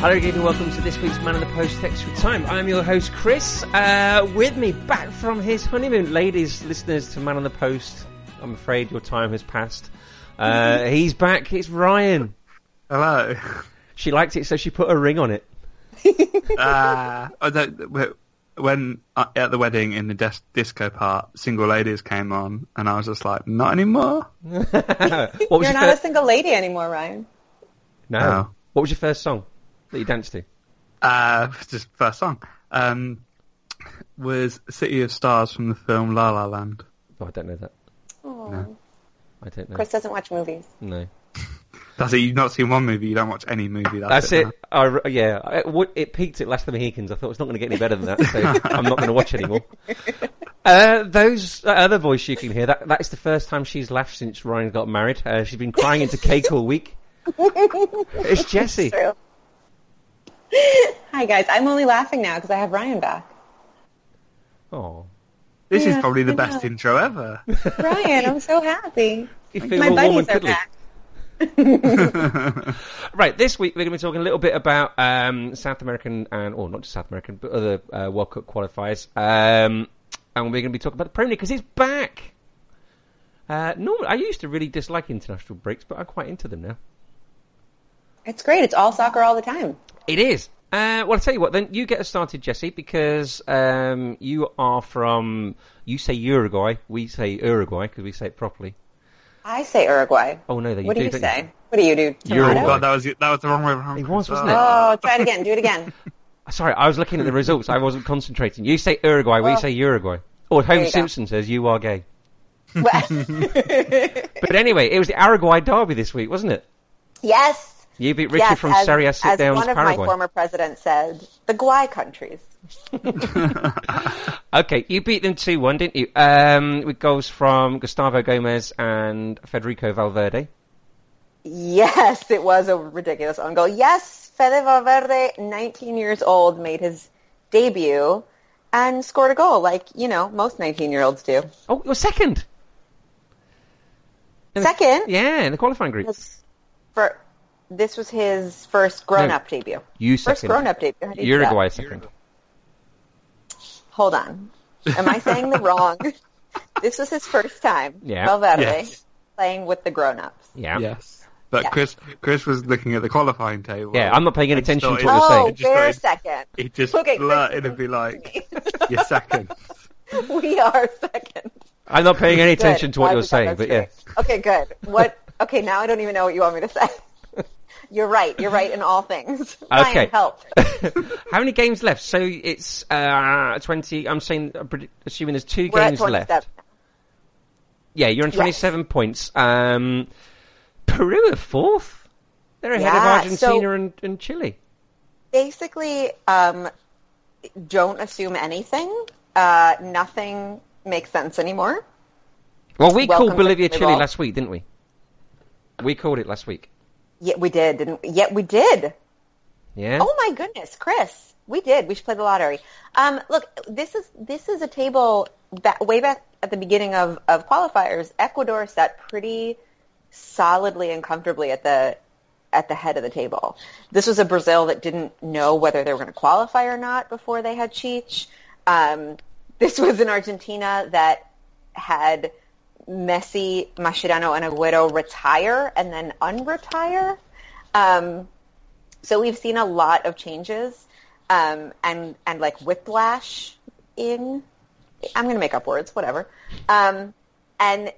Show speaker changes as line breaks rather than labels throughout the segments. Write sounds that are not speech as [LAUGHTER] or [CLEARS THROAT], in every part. Hello again and welcome to this week's Man of the Post Extra Time. I'm your host Chris. Uh, with me back from his honeymoon, ladies, listeners to Man on the Post. I'm afraid your time has passed. Uh,
Mm-hmm.
he's back. It's Ryan. [LAUGHS]
Hello.
She liked it, so she put a ring on it.
Uh, I don't, when uh, at the wedding in the dis- disco part, single ladies came on, and I was just like, not anymore.
What was
You're Oh.
your
not a
first?
single lady anymore, Ryan.
No.
No.
What was your first song that you danced to?
Uh, just first song um, was "City of Stars" from the film La La Land.
Oh, I don't know that.
Oh,
I don't know.
Chris doesn't watch movies. [LAUGHS]
No.
That's it. You've not seen one movie, you don't watch any movie. That's,
That's it.
now.
I re- yeah, it, would- it peaked at Last of the Mohicans. I thought it's not going to get any better than that, so [LAUGHS] I'm not going to watch anymore. Uh, those that other voice you can hear that that is the first time she's laughed since Ryan got married. Uh, she's been crying into cake all week. It's
[LAUGHS]
Jessie.
True. Hi guys, I'm only laughing now because I have Ryan back.
Oh,
This is
Yeah,
probably the
I
best
know.
[LAUGHS]
intro ever.
Ryan, I'm so happy.
you feel
My
all warm
buddies
and
are
cuddly.
back.
Right, this week we're going to be talking a little bit about um, South American and, or not just South American, but other uh, World Cup qualifiers. Um, and we're going to be talking about the Premier League because it's back. Uh, normally, I used to really dislike international breaks, but I'm quite into them now.
It's great. It's all soccer all the time.
It is. Uh, well, I'll tell you what, then you get us started, Jesse, because um, you are from, you say Uruguay, we say Uruguay because we say it properly.
I say Uruguay.
Oh, no, they
what do
do,
you
don't
say? What do you do?
Oh
Uruguay.
Tomato?
God, that was that was the wrong way around. Ah.
It was, wasn't it?
Oh, try it again. Do
[LAUGHS]
it again.
Uh, Sorry, I was looking at the results. I wasn't concentrating. You say Uruguay, we
Well,
say Uruguay. Or Homer
you go.
Simpson says you are gay.
Well, [LAUGHS]
But anyway, it was the Uruguay derby this week, wasn't it?
yes.
You beat Richard
yes,
from
as,
Serie A
as
sit down
one of my
Paraguay.
former presidents said, the Guay countries.
Okay, you beat them 2 1, didn't you? Um, with goals from Gustavo Gomez and Federico Valverde.
Yes, it was a ridiculous own goal. Yes, Fede Valverde, 19 years old, made his debut and scored a goal like, you know, most 19-year-olds do.
Oh, you're second! In the-
Second,
yeah, in the qualifying group.
was for, this was his first grown-up debut.
You
First
second.
grown-up debut. How do you do
Uruguay
that?
second.
Hold on. Am I saying
[LAUGHS]
the wrong? this was his first time,
Yeah.
Valverde,
Yes.
playing with the grown-ups.
Yeah. yeah.
Yes. But Chris, Chris was looking at the qualifying table.
I'm not paying any attention to what
thought it
you're
was-
Oh,
saying.
Just
bare
started-
second.
He just
Okay, Chris
blurted
isn't
and be like, "You're second.
[LAUGHS] we are second.
I'm not paying
[LAUGHS]
any
Good.
attention to what
Glad
you're
we got
saying,
that
but yeah.
straight. Okay, good. What? [LAUGHS] Okay, now I don't even know what you want me to say. [LAUGHS] You're right. You're right in all things. Ryan,
[LAUGHS] Okay.
help.
[LAUGHS] How many games left? So it's uh, 20. I'm saying, I'm predi- assuming there's 2
We're at
games
27.
left. Yeah, you're on 27 points. Um, Peru are fourth. They're ahead
Yeah,
of Argentina
so-
and, and Chile.
Basically, um, don't assume anything. Uh, nothing makes sense anymore.
Well, we
Welcome
called Bolivia
to the
Chile
world.
last week, didn't we? We called it last week.
Yet we did, didn't? we? Yet we did.
Yeah.
Oh my goodness, Chris, we did. We should play the lottery. Um, look, this is this is a table that way back at the beginning of of qualifiers. Ecuador sat pretty solidly and comfortably at the at the head of the table. This was a Brazil that didn't know whether they were going to qualify or not before they had Cheech. Um, this was an Argentina that had Messi, Mascherano, and Agüero retire and then unretire. Um, so we've seen a lot of changes um, and and like whiplash in i'm going to make up words whatever um, and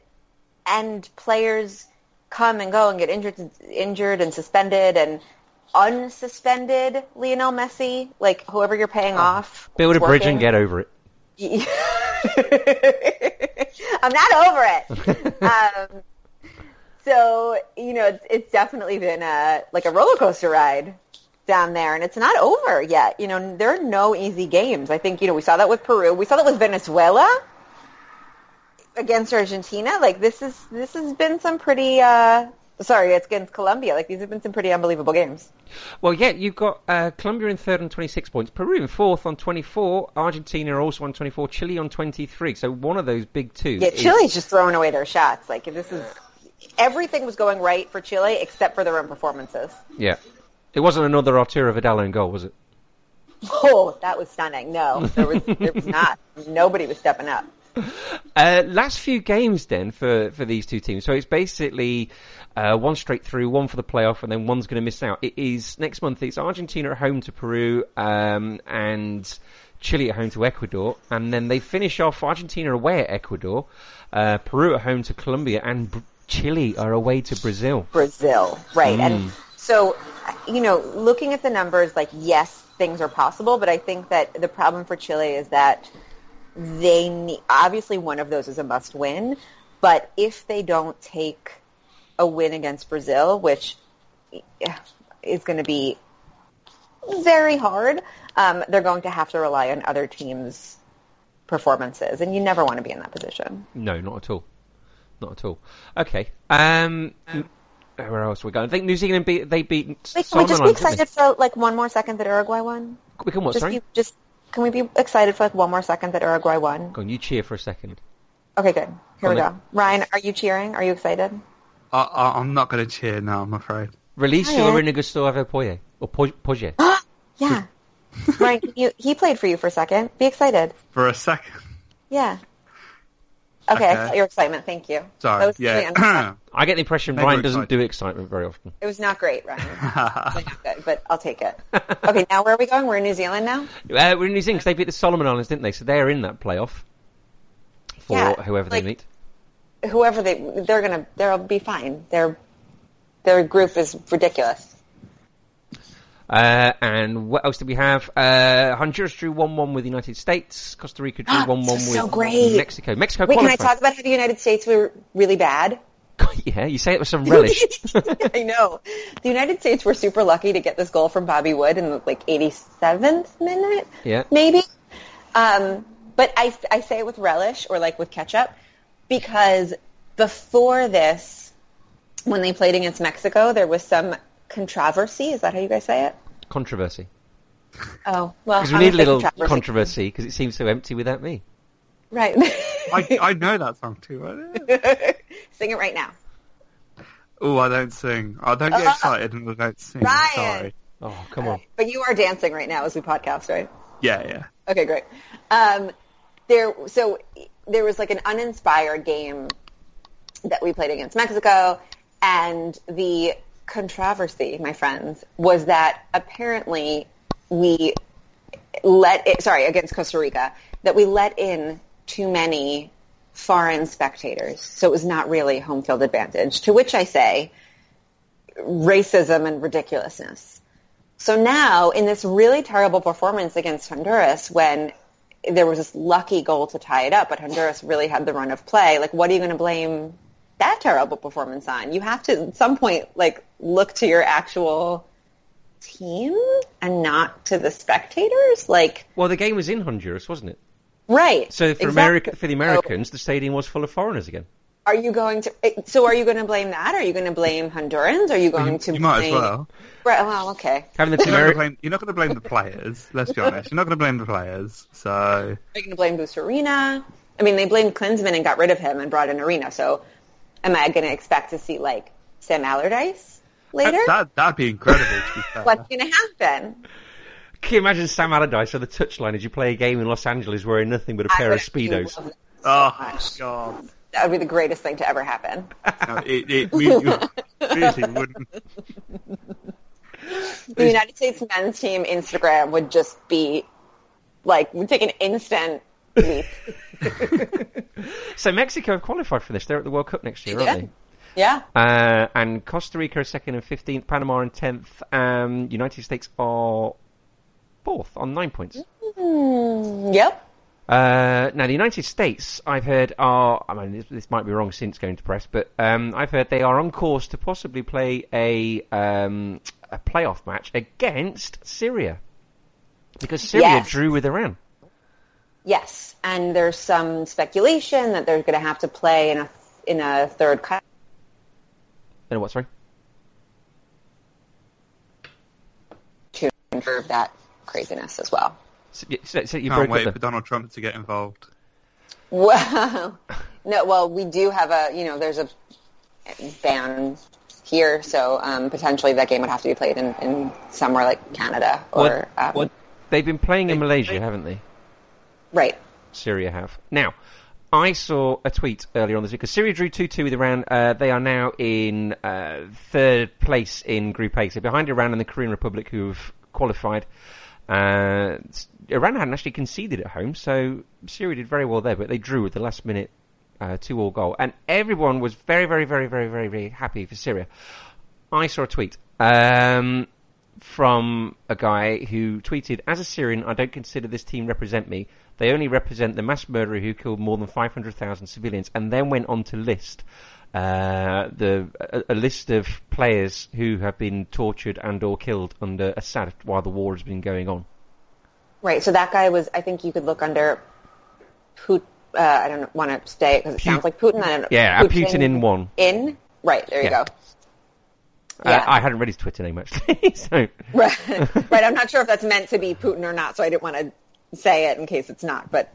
and players come and go and get injured injured and suspended and unsuspended Lionel Messi, like whoever you're paying off.
Oh. Build a
is
bridge and
working.
get over it.
[LAUGHS] I'm not over it. um, so you know, it's, it's definitely been a like a roller coaster ride down there, and it's not over yet. You know, there are no easy games. I think you know we saw that with Peru, we saw that with Venezuela against Argentina. Like this is this has been some pretty. Uh, sorry, it's against Colombia. Like these have been some pretty unbelievable games.
Well, yeah, you've got uh, Colombia in third on 26 points, Peru in fourth on 24, Argentina are also on 24, Chile on 23. So one of those big two.
Yeah,
is-
Chile's just throwing away their shots. Like if this is everything was going right for Chile except for their own performances. [LAUGHS]
Yeah. It wasn't another Arturo Vidal own goal, was it?
Oh, that was stunning. No, there was there was not. Nobody was stepping up.
Uh, last few games then for, for these two teams. So it's basically uh, one straight through, one for the playoff, and then one's going to miss out. It is next month. It's Argentina at home to Peru um, and Chile at home to Ecuador, and then they finish off Argentina away at Ecuador, uh, Peru at home to Colombia, and Br- Chile are away to Brazil.
Brazil, right? And so, you know, looking at the numbers, like yes, things are possible, but I think that the problem for Chile is that they need, obviously one of those is a must win, but if they don't take a win against Brazil, which is going to be very hard, um, they're going to have to rely on other teams' performances, and you never want to be in that position.
No, not at all. Not at all. Okay. Um, where else are we going? I think New Zealand beat. They beat.
Like, can we just
Solomon
be
Islands, didn't they?
excited for like one more second that Uruguay won?
We can what?
just
Oh, Sorry.
be, just can we be excited for like one more second that Uruguay won?
Go on, you cheer for a second.
Okay, good. Here we
Go on
go. Ryan, are you cheering? Are you excited?
I, I, I'm not going to cheer now, I'm afraid.
Release
Hiya.
Fiorina Gustavo Poye. Or Poy-
[GASPS]
Poye.
Yeah. Ryan, can you, he played for you for a second. Be excited.
For a second.
Yeah.
Okay.
Okay, I saw your excitement. Thank you. That
Sorry.
was really
[CLEARS THROAT]
unexpected.
Yeah.
I get the impression
Maybe
Brian
we're
doesn't
excited.
do excitement very often.
it was not great, Ryan. It was not good, but I'll take it. Okay, now where are we going? We're in New Zealand now.
Uh, we're in New Zealand 'cause they beat the Solomon Islands, didn't they? So they're in that playoff for
Yeah,
whoever
like-
they meet.
Whoever they, they're gonna, they'll be fine. Their, their group is ridiculous.
Uh, and what else did we have? Uh, Honduras drew 1-1 with the United States. Costa Rica
[GASPS]
drew 1-1
This
with
is so great.
Mexico. Mexico
Wait, can I
qualified.
talk about how the United States were really bad?
[LAUGHS] yeah, you say it with some
[LAUGHS]
relish.
I know. The United States were super lucky to get this goal from Bobby Wood in like 87th minute,
Yeah.
maybe. Um, but I, I say it with relish or like with ketchup because before this, when they played against Mexico, there was some controversy. Is that how you guys say it?
controversy.
Oh, well,
Because
I'm
we need a
gonna say
little controversy because it seems so empty without me.
Right.
I, I know that song too.
[LAUGHS] Sing it right now.
Oh, I don't sing. I don't get excited and I don't sing.
Ryan.
Sorry.
Oh, come on.
But you are dancing right now as we podcast, right?
Yeah, yeah.
Okay, great. Um, there, so there was like an uninspired game that we played against Mexico, and the controversy, my friends, was that apparently we let it, sorry against Costa Rica that we let in too many foreign spectators, so it was not really home field advantage. To which I say, racism and ridiculousness. So now, in this really terrible performance against Honduras, when there was this lucky goal to tie it up, but Honduras really had the run of play, like, what are you going to blame that terrible performance on? You have to, at some point, like, look to your actual team and not to the spectators. Like,
Well, the game was in Honduras, wasn't it?
right.
So for
Exactly.
America, for the
So
Americans, the stadium was full of foreigners again.
are you going to, eh, so are you going to blame that? Are you going to blame Hondurans? Are you going to
You might as
blame-
well.
Right, well, okay.
Having
[LAUGHS]
the two
You're not,
Ameri-
gonna blame, you're not going to blame the players. Let's be honest. You're not going to blame the players. So
Are you going to blame Busarina? I mean, they blamed Klinsman and got rid of him and brought in Arena. So, am I going to expect to see like Sam Allardyce later?
that that'd be incredible. To be fair.
What's going to happen?
Can you imagine Sam Allardyce on the touchline as you play a game in Los Angeles wearing nothing but a
I
pair
would
of
actually
speedos?
love that.
Oh God!
That would be the greatest thing to
[LAUGHS]
ever happen.
No, it, it really, really wouldn't.
The United States men's team Instagram would just be like would take an instant leap.
[LAUGHS] So Mexico have qualified for this. They're at the World Cup next year, aren't
Yeah.
they?
Yeah.
Uh, and Costa Rica are second and 15th, Panama and 10th, um, United States are fourth on nine points.
Hmm, yep.
Uh, now, the United States, I've heard, are. I mean, this, this might be wrong since going to press, but um, I've heard they are on course to possibly play a, um, a playoff match against Syria. Because Syria
Yes.
drew with Iran.
Yes, and there's some speculation that they're going to have to play in a in a third country.
You know what, sorry?
to curb that craziness as well.
So, yeah, so- so you
Can't
broke
wait
up
for
the-
Donald Trump to get involved.
Well, no, well, we do have a, you know, there's a ban here, so um, potentially that game would have to be played in, in somewhere like Canada or
What-
um,
what- They've been playing in Malaysia, haven't they?
right.
Syria have. Now, I saw a tweet earlier on this week because Syria drew 2 2 with Iran. Uh, they are now in uh, third place in Group A. So behind Iran and the Korean Republic, who've qualified. Uh, s- Iran hadn't actually conceded at home, so Syria did very well there, but they drew with the last minute uh, 2 all goal. And everyone was very, very, very, very, very, very happy for Syria. I saw a tweet. Um, from a guy who tweeted, "As a Syrian, I don't consider this team represent me. They only represent the mass murderer who killed more than 500,000 civilians." And then went on to list uh, the a, a list of players who have been tortured and or killed under Assad while the war has been going on.
Right. So that guy was. I think you could look under. Put. Uh, I don't want to say it because it sounds like Putin. I don't,
Yeah, a Putin in one.
In right there, you
Yeah.
go.
Uh,
Yeah.
I hadn't read his Twitter name actually, [LAUGHS] so [LAUGHS]
Right. right. I'm not sure if that's meant to be Putin or not, so I didn't want to say it in case it's not. But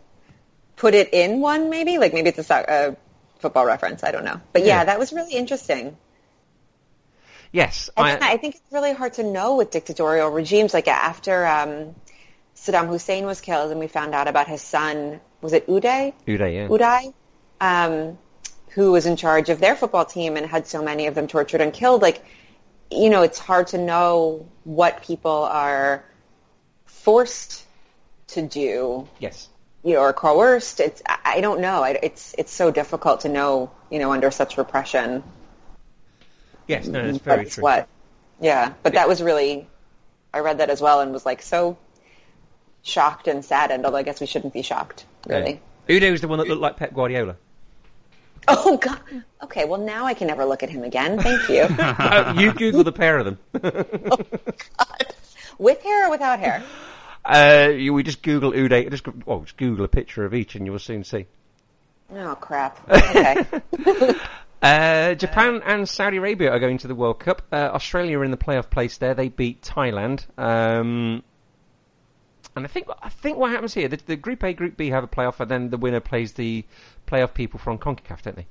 put it in one, maybe. Like maybe it's a, so- a football reference. I don't know. But yeah,
Yeah.
that was really interesting.
yes,
And then I, think it's really hard to know with dictatorial regimes. Like after um, Saddam Hussein was killed, and we found out about his son. Was it Uday?
Uday, yeah.
Uday, um, who was in charge of their football team and had so many of them tortured and killed. Like, you know, it's hard to know what people are forced to do,
yes.
you know, or coerced. It's I I don't know. I, it's it's so difficult to know, you know, under such repression.
Yes, no, that's
Mm, But
very
it's
true.
what? Yeah, but that was really. I read that as well and was like so shocked and saddened. Although I guess we shouldn't be shocked, really.
Uday was the one that looked like Pep Guardiola.
[LAUGHS] Oh God. Okay. Well, now I can never look at him again.
[LAUGHS]
Thank you.
Oh, you Google the pair of them.
With hair or without hair?
Uh, you, we just Google Uday. Just, go- well, just Google a picture of each, and you will soon see.
Oh crap. Okay.
[LAUGHS] Uh, Japan and Saudi Arabia are going to the World Cup. Uh, Australia are in the playoff place. There, they beat Thailand. Um, and I think I think what happens here, the, the Group A, Group B have a playoff, and then the winner plays the playoff people from Concacaf, don't they?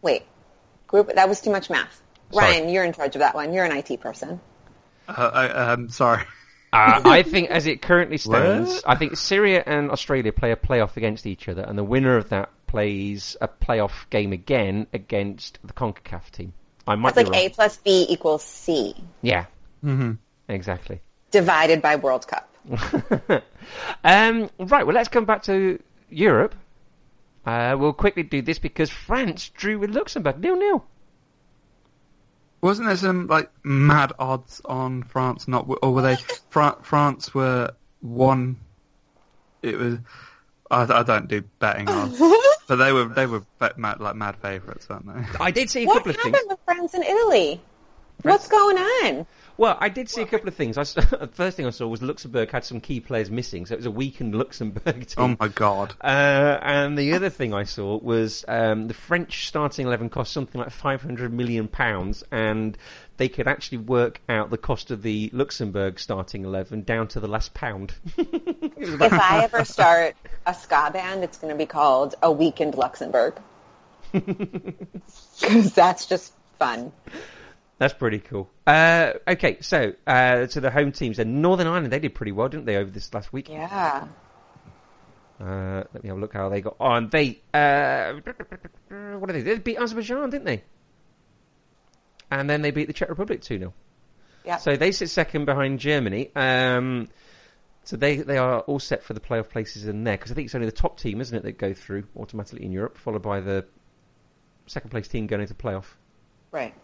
Wait. Group. That was too much math.
Sorry.
Ryan, you're in charge of that one. You're an IT person.
Uh, I, um, sorry.
Uh, I think, as it currently stands,
What?
I think Syria and Australia play a playoff against each other, and the winner of that plays a playoff game again against the Concacaf team. I might
It's like
be wrong.
A plus B equals C
Yeah. Mm-hmm. Exactly.
divided by World Cup.
Um, right, well, let's come back to Europe. Uh, we'll quickly do this because France drew with Luxembourg nil nil.
Wasn't there some like mad odds on France not, or were they Fran- France were one? It was. I, I don't do betting
[LAUGHS]
odds, but they were they were bet, mad, like mad favourites, weren't they? [LAUGHS]
I did see a
What
couple of
happened
things.
with France and Italy? What's
[LAUGHS]
going on?
Well, I did see a couple of things. I s [LAUGHS] the first thing I saw was Luxembourg had some key players missing, so it was a weakened Luxembourg [LAUGHS] team.
Oh my god!
Uh, and the other thing I saw was um, the French starting eleven cost something like five hundred million pounds, and they could actually work out the cost of the Luxembourg starting eleven down to the last pound. [LAUGHS]
If I ever start a ska band, it's going to be called A Week in Luxembourg.
[LAUGHS]
[LAUGHS] Because that's just fun.
That's pretty cool. Uh, okay, so uh, to the home teams, and Northern Ireland, they did pretty well, didn't they, over this last week?
Yeah.
Uh, let me have a look how they got on. They uh, what did they? do? They beat Azerbaijan, didn't they? And then they beat the Czech Republic two 0
Yeah.
So they sit second behind Germany. Um, so they they are all set for the playoff places in there because I think it's only the top team, isn't it, that go through automatically in Europe, followed by the second place team going into playoff.
Right.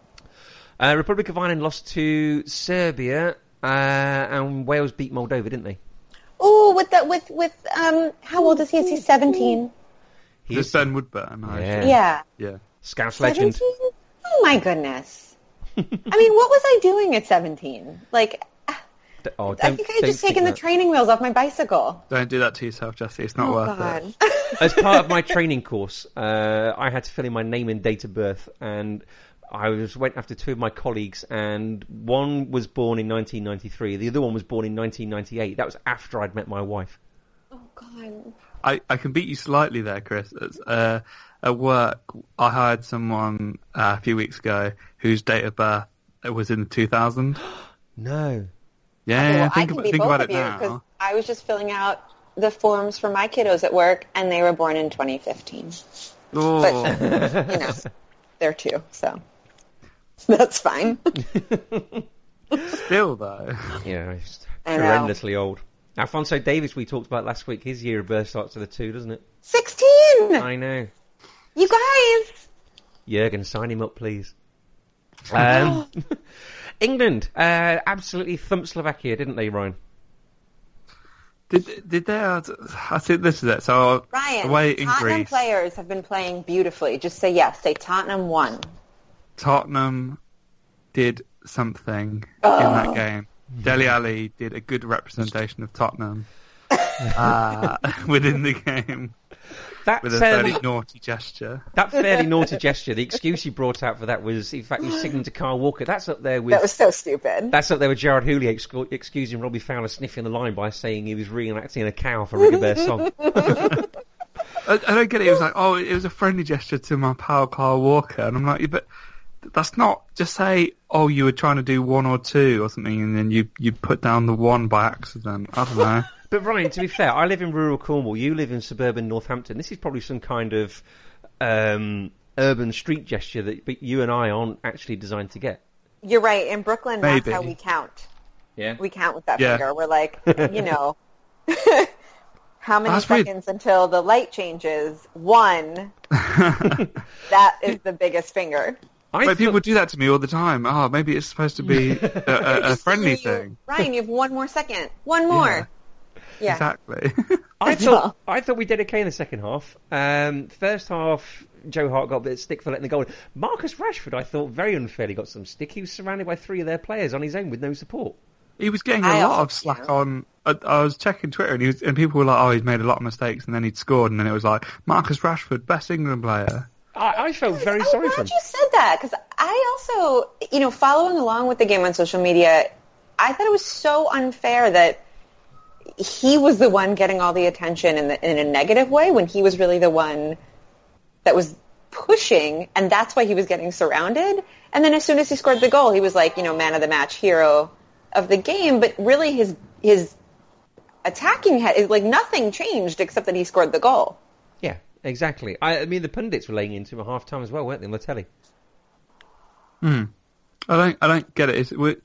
Uh, Republic of Ireland lost to Serbia, uh, and Wales beat Moldova, didn't they?
Oh, with that, with with um, how old is he? Is he seventeen?
This um,
He's
Ben Woodburn. I
Yeah.
assume.
Yeah,
yeah.
Scouse legend.
seventeen. Oh my goodness. I mean, what was I doing at seventeen? Like,
D- Oh,
I
don't-
think I had
don't
just taken the
that.
training wheels off my bicycle.
Don't do that to yourself, Jesse. It's not
Oh
worth it.
God.
As part of my training course, uh, I had to fill in my name and date of birth, and I was went after two of my colleagues, and one was born in 1993, the other one was born in 1998. That was after I'd met my wife.
oh
[LAUGHS]
God.
I, I can beat you slightly there, Chris. It's, uh, at work, I hired someone uh, a few weeks ago whose date of birth was in
[GASPS]
2000.
No.
Yeah,
well, I
think,
can
ab-
be
think
both
about
of
it
you because
now.
I was just filling out the forms for my kiddos at work, and they were born in 2015.
Oh,
You know, they're two, so
[LAUGHS]
that's fine.
still though.
Yeah, I just
I know.
horrendously old. Alfonso Davis, we talked about last week, his year of birth starts with a two, doesn't it?
16.
I know.
You guys.
Jurgen, sign him up, please. [GASPS] Um, [LAUGHS] England uh, absolutely thumped Slovakia, didn't they, Ryan?
Did did they? Add, I think this is it. So uh,
Ryan,
away in
Tottenham
Greece,
players have been playing beautifully. Just say yes. Say Tottenham won.
Tottenham did something in
Oh.
that game. Deli Ali did a good representation of Tottenham uh, [LAUGHS] within the game
That's
with a
um,
fairly naughty gesture.
that fairly naughty gesture. The excuse he brought out for that was, in fact, he was singing to Carl Walker. That's up there with
That was so stupid.
that's up there with Gerard Houllier excu- excusing Robbie Fowler sniffing the line by saying he was reenacting a cow for Rigobert's
[LAUGHS]
song.
I, I don't get it. It was like, oh, it was a friendly gesture to my pal Carl Walker, and I'm like, yeah, but that's not just say, oh, you were trying to do one or two or something, and then you you put down the one by accident. I don't
[LAUGHS]
know.
But Ryan, to be fair, I live in rural Cornwall. You live in suburban Northampton. This is probably some kind of um, urban street gesture that but you and I aren't actually designed to get.
You're right. In Brooklyn,
Maybe.
that's how we count.
Yeah.
We count with that
Yeah.
finger.
[LAUGHS]
We're like, you know, [LAUGHS] how many
That's weird.
seconds until the light changes? One.
[LAUGHS]
that is the biggest finger.
I
But
thought-
people do that to me all the time. Oh, maybe it's supposed to be a, a, a friendly
You-
thing.
Ryan, you have one more second. One more. Yeah.
Exactly. [LAUGHS]
I thought I thought we did okay in the second half. Um, first half, Joe Hart got a bit of stick for letting the goal. in. Marcus Rashford, I thought very unfairly got some stick. He was surrounded by three of their players on his own with no support.
he was getting a
I
lot
also-
of slack on. I, I was checking Twitter and he was, and people were like, oh, he's made a lot of mistakes, and then he'd scored, and then it was like Marcus Rashford, best England player.
I, I felt very sorry
I'm
for him.
glad you said that because I also, you know, following along with the game on social media, I thought it was so unfair that he was the one getting all the attention in, the, in a negative way when he was really the one that was pushing, and that's why he was getting surrounded. And then as soon as he scored the goal, he was like, you know, man of the match, hero of the game. But really, his his attacking head is like nothing changed except that he scored the goal.
Yeah, exactly. I, I mean, the pundits were laying into him at half time as well, weren't they? On the telly.
I don't, I don't get it. It's, we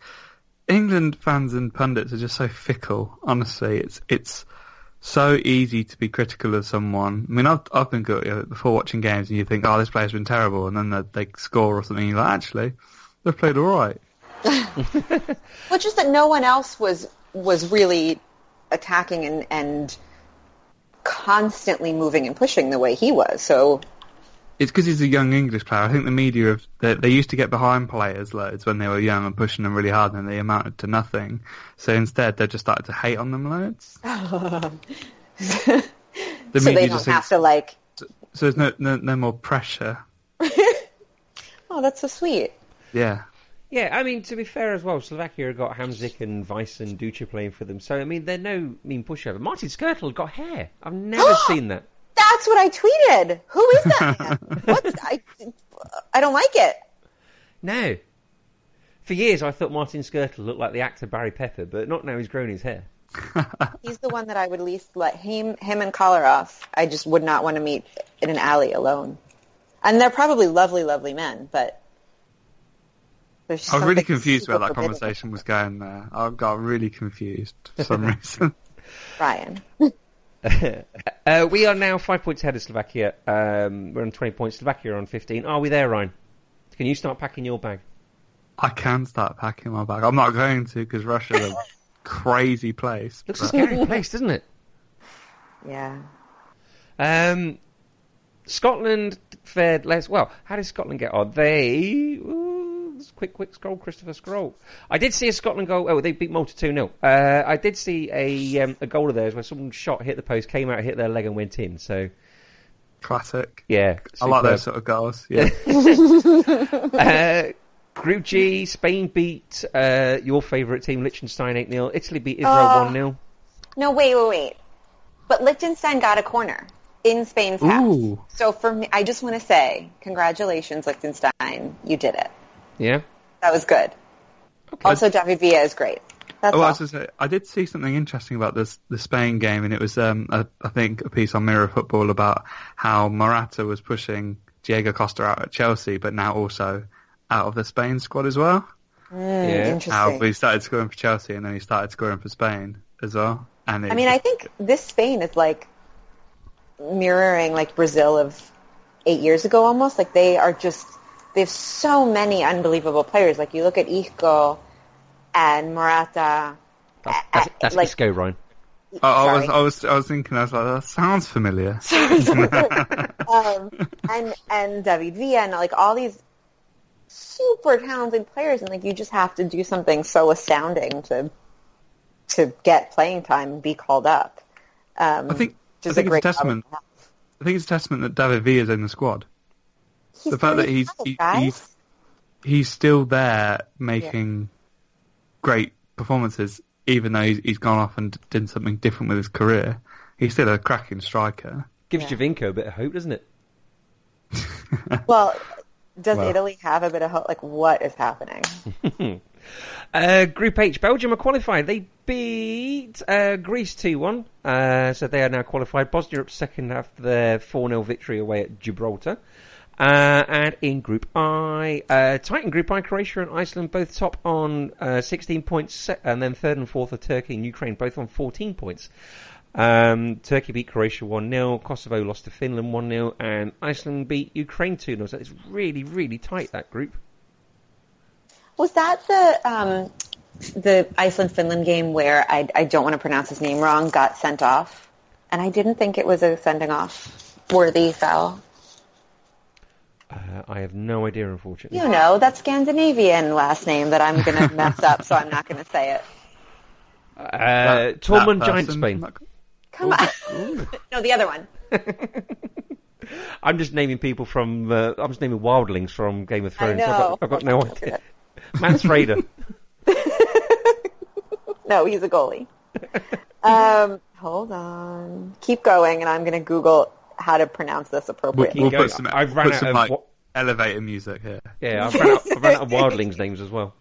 England fans and pundits are just so fickle. Honestly, it's it's so easy to be critical of someone. I mean, I've I've been guilty of it before watching games, and you think, oh, this player's been terrible, and then they, they score or something. You're like, actually, they've played all right.
Well, just that no one else was was really attacking and and constantly moving and pushing the way he was. So [LAUGHS]
It's because he's a young English player. I think the media have they, they used to get behind players loads when they were young and pushing them really hard, and they amounted to nothing. So instead, they've just started to hate on them loads. the
so
media
they don't
just thinks-
have to like.
so there's no, no no more pressure.
Oh, that's so sweet.
Yeah.
Yeah, I mean, to be fair as well, Slovakia have got Hamzik and Weiss and Ducha playing for them, so, I mean, they're no mean pushover. Martin Skirtle got hair. I've never seen that.
That's what I tweeted. Who is that
[LAUGHS]
man? What's, I I don't like it.
No. For years, I thought Martin Skirtle looked like the actor Barry Pepper, but not now he's grown his hair.
He's the one that I would least let him him and Kolarov. I just would not want to meet in an alley alone. And they're probably lovely, lovely men, but. there's
I was really
something
confused where
super
that
forbidden.
conversation
[LAUGHS]
was going there. I got really confused for some reason.
Ryan.
uh, we are now five points ahead of Slovakia. Um, we're on 20 points. Slovakia are on 15. Are we there, Ryan? Can you start packing your bag?
I can start packing my bag. I'm not going to because Russia's a
[LAUGHS]
crazy place.
Looks a
but-
scary place, doesn't it?
Yeah.
Um, Scotland fared less well. How did Scotland get on? They ooh, let's quick, quick scroll, Christopher scroll. I did see a Scotland goal. Oh, they beat Malta two 0 uh, I did see a um, a goal of theirs where someone shot, hit the post, came out, hit their leg, and went in. So
classic.
yeah,
I like
superb.
those sort of goals.
[LAUGHS]
Yeah.
Uh, Group G, Spain beat uh, your favourite team, Liechtenstein eight 0 Italy beat Israel
Oh.
one 0
No, wait, wait, wait. But Liechtenstein got a corner in Spain's
Ooh.
house. So for me, I just want to say, congratulations, Liechtenstein. You did it.
Yeah.
That was good. Also, David Villa is great. That's
Oh, I
all.
was gonna say, I did see something interesting about this the Spain game, and it was um, a, I think a piece on Mirror Football about how Morata was pushing Diego Costa out at Chelsea, but now also out of the Spain squad as well.
yeah.
How
Hmm, Interesting.
he started scoring for Chelsea, and then he started scoring for Spain as well. And it
I mean, I
just-
think this Spain is like mirroring like Brazil of eight years ago almost. Like they are just, they have so many unbelievable players. Like you look at Isco and Morata.
That's, that's,
uh,
that's
like-
Isco, Ryan.
I, I was
sorry.
I was I was thinking I was like that sounds
[LAUGHS]
familiar.
um, and and David Villa and like all these super talented players, and like you just have to do something so astounding to to get playing time and be called up. Um,
I think
which
I
is
think it's
a
a
great
testament.
problem.
I think it's a testament that David Villa is in the squad.
He's
the fact that he's-
35,
he-
guys.
he's- he's still there making great performances, even though he's, he's gone off and d- done something different with his career. He's still a cracking striker.
Gives
Yeah.
Javinko a bit of hope, doesn't it?
well, does
Well.
Italy have a bit of hope? Like, what is happening?
Uh, Group H, Belgium are qualified. They beat uh, Greece 2 1, uh, so they are now qualified. Bosnia up second after their 4 0 victory away at Gibraltar. Uh, and in Group I, uh, Titan Group I, Croatia and Iceland both top on uh, 16 points, se- and then third and fourth are Turkey and Ukraine both on 14 points. Um, Turkey beat Croatia 1 0, Kosovo lost to Finland 1 0, and Iceland beat Ukraine 2 0. So it's really, really tight, that group.
Was that the um, the Iceland Finland game where I, I don't want to pronounce his name wrong got sent off, and I didn't think it was a sending off worthy foul.
Uh, I have no idea, unfortunately.
You know that Scandinavian last name that I'm gonna mess up, so I'm not gonna say it.
Uh,
That
Tormund
person-
Giant Spain.
that-
Come on, [LAUGHS] no, the other one.
I'm just naming people from. Uh, I'm just naming wildlings from Game of Thrones. have
know.
got, I've got no idea. Mance Raider.
No, he's a goalie. Um, hold on, keep going, and I'm gonna Google how to pronounce this
We'll,
appropriately.
we'll
going.
put some,
I've run
put
out
some
of
like,
what-
elevator music here.
Yeah, I've run, out, I've run out of wildlings names as well.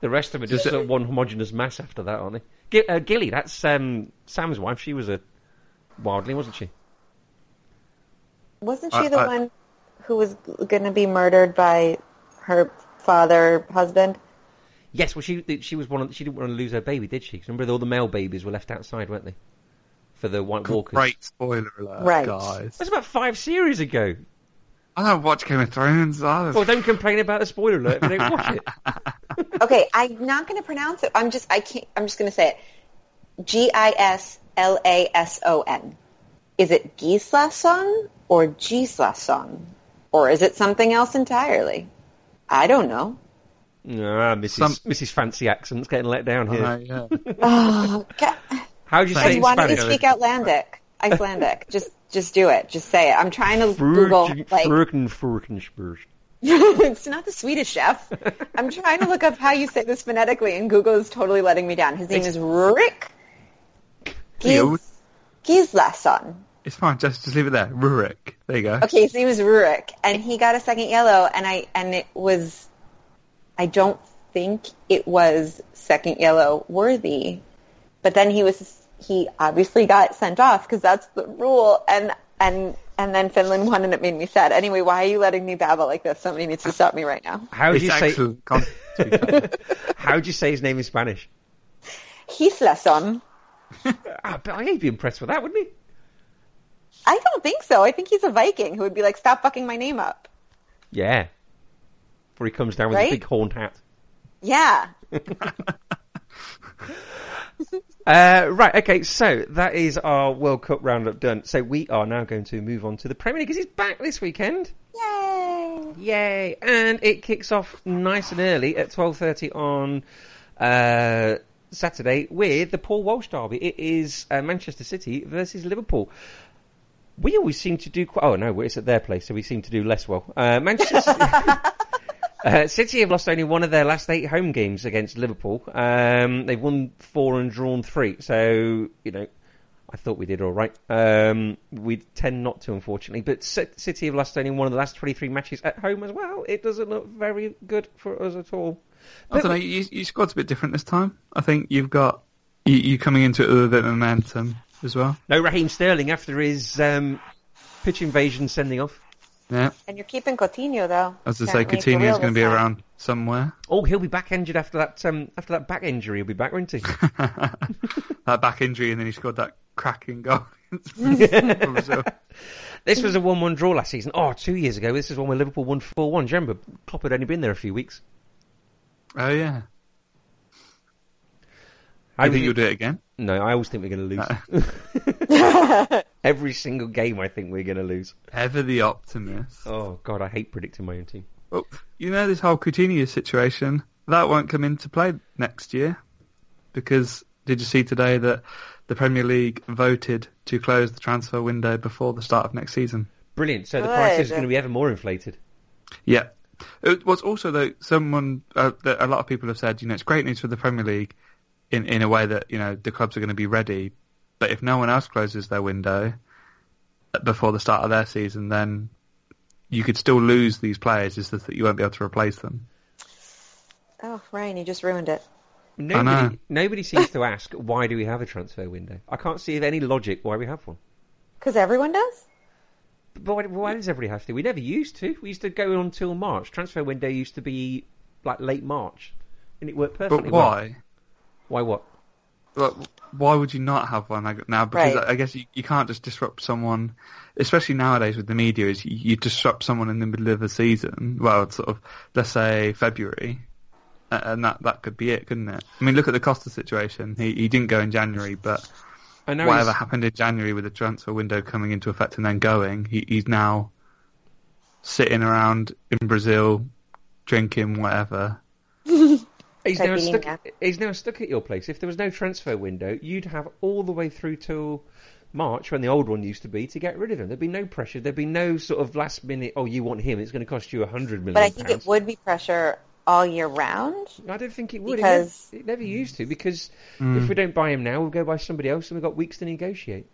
The rest of them are just
Just-
sort of one homogenous mass after that, aren't they? G- uh, Gilly, that's um, Sam's wife. She was a wildling, wasn't she?
Wasn't
I-
she the
I-
one who was gonna be murdered by her father husband?
Yes. Well, she she was one. Of, she didn't want to lose her baby, did she? 'Cause Remember, all the male babies were left outside, weren't they? For the White Walkers.
Great spoiler alert,
Right.
guys.
That's about five series ago.
I don't watch Game of Thrones. I [LAUGHS]
Well, don't complain about a spoiler alert if you don't watch it.
Okay, I'm not going to pronounce it. I'm just I can't. I'm just going to say it. G i s l a s o n. Is it Gislason or Gislason, or is it something else entirely? I don't know.
Ah, Mrs.
Some-
Mrs. Fancy Accent's getting let down here. [LAUGHS]
I- yeah.
Ca-
How do you say it
Guys,
in
why don't you
Spanish?
speak Outlandic, Icelandic? just just do it. Just say it. I'm trying to Google
Frugen-
like
Frugen- Frugenspurs.
[LAUGHS] it's not the Swedish chef. I'm trying to look up how you say this phonetically, and Google is totally letting me down. His name
It's-
is Rick
Cute.
Gis- Gislason.
It's fine. Just just leave it there. Rurik. There you go.
Okay, his name was Rurik, and he got a second yellow, and I and it was, I don't think it was second yellow worthy, but then he was he obviously got sent off because that's the rule, and and and then Finland won, and it made me sad. Anyway, why are you letting me babble like this? Somebody needs to stop me right now.
How do
It's
you say? [LAUGHS]
excellent. content, to be fair.
How do you say his name in Spanish?
Gislason.
Ah, but he'd be impressed with that, wouldn't he?
I don't think so. I think he's a Viking who would be like, stop fucking my name up.
Yeah. Before he comes down with
Right?
his big horned hat.
Yeah.
Uh, right, okay, so that is our World Cup roundup done. So we are now going to move on to the Premier League because it's back this weekend.
Yay.
Yay! And it kicks off nice and early at 12.30 on uh, Saturday with the Paul Walsh derby. It is uh, Manchester City versus Liverpool. We always seem to do quite... Oh, no, it's at their place, so we seem to do less well. Uh, Manchester [LAUGHS] Uh, City have lost only one of their last eight home games against Liverpool. Um, they've won four and drawn three. So, you know, I thought we did all right. Um, we tend not to, unfortunately. But C- City have lost only one of the last 23 matches at home as well. It doesn't look very good for us at all.
I don't know. You, your squad's a bit different this time. I think you've got you, you coming into it with a bit of momentum as well.
No Raheem Sterling after his um, pitch invasion sending off.
Yeah,
And you're keeping Coutinho, though.
as I say,
Apparently, for
Coutinho's
real
going to
this
be
time.
around somewhere.
Oh, he'll be back injured after that. Um, after that back injury, he'll be back, won't he?
That back injury, and then he scored that cracking goal. Oh, So,
This was a 1 1 draw last season. Oh, two years ago. This is one where Liverpool won 4 1. Do you remember? Klopp had only been there a few weeks.
oh yeah,
I
I think
really-
you'll do it again.
No, I always think we're going
[LAUGHS]
to lose. Every single game, I think we're going to lose.
Ever the optimist.
Oh, God, I hate predicting my own team.
Oh, you know this whole Coutinho situation that won't come into play next year because did you see today that the Premier League voted to close the transfer window before the start of next season?
Brilliant. So the price is
Good.
going to be ever more inflated.
Yeah. It was also though someone uh, that a lot of people have said, you know, it's great news for the Premier League in in a way that you know the clubs are going to be ready, but if no one else closes their window uh, before the start of their season, then you could still lose these players. Is that you won't be able to replace them?
Oh, Ryan, you just ruined it.
Nobody, nobody seems to ask why do we have a transfer window. I can't see any logic why we have one.
Because everyone does?
But why, why does everybody have to? We never used to. We used to go on till March. Transfer window used to be like late March, and it worked perfectly.
But
well.
why?
Why what?
Like, why would you not have one like now? Because
Right.
I guess you, you can't just disrupt someone, especially nowadays with the media. Is you, you disrupt someone in the middle of the season? Well, it's sort of let's say February, a- and that that could be it, couldn't it? I mean, look at the Costa situation. He he didn't go in January, but
I know
whatever
he's-
happened in January with the transfer window coming into effect and then going, he, he's now sitting around in Brazil, drinking whatever.
He's now,
Fabinho.
stuck, he's now stuck at your place. If there was no transfer window, you'd have all the way through till March, when the old one used to be, to get rid of him. There'd be no pressure. There'd be no sort of last minute, oh, you want him, it's going to cost you a hundred million
But
Mm-hmm.
I think
pounds.
it would be pressure all year round.
I don't think it would.
Because-
It, never, it never used to, because if we don't buy him now, we'll go buy somebody else and we've got weeks to negotiate.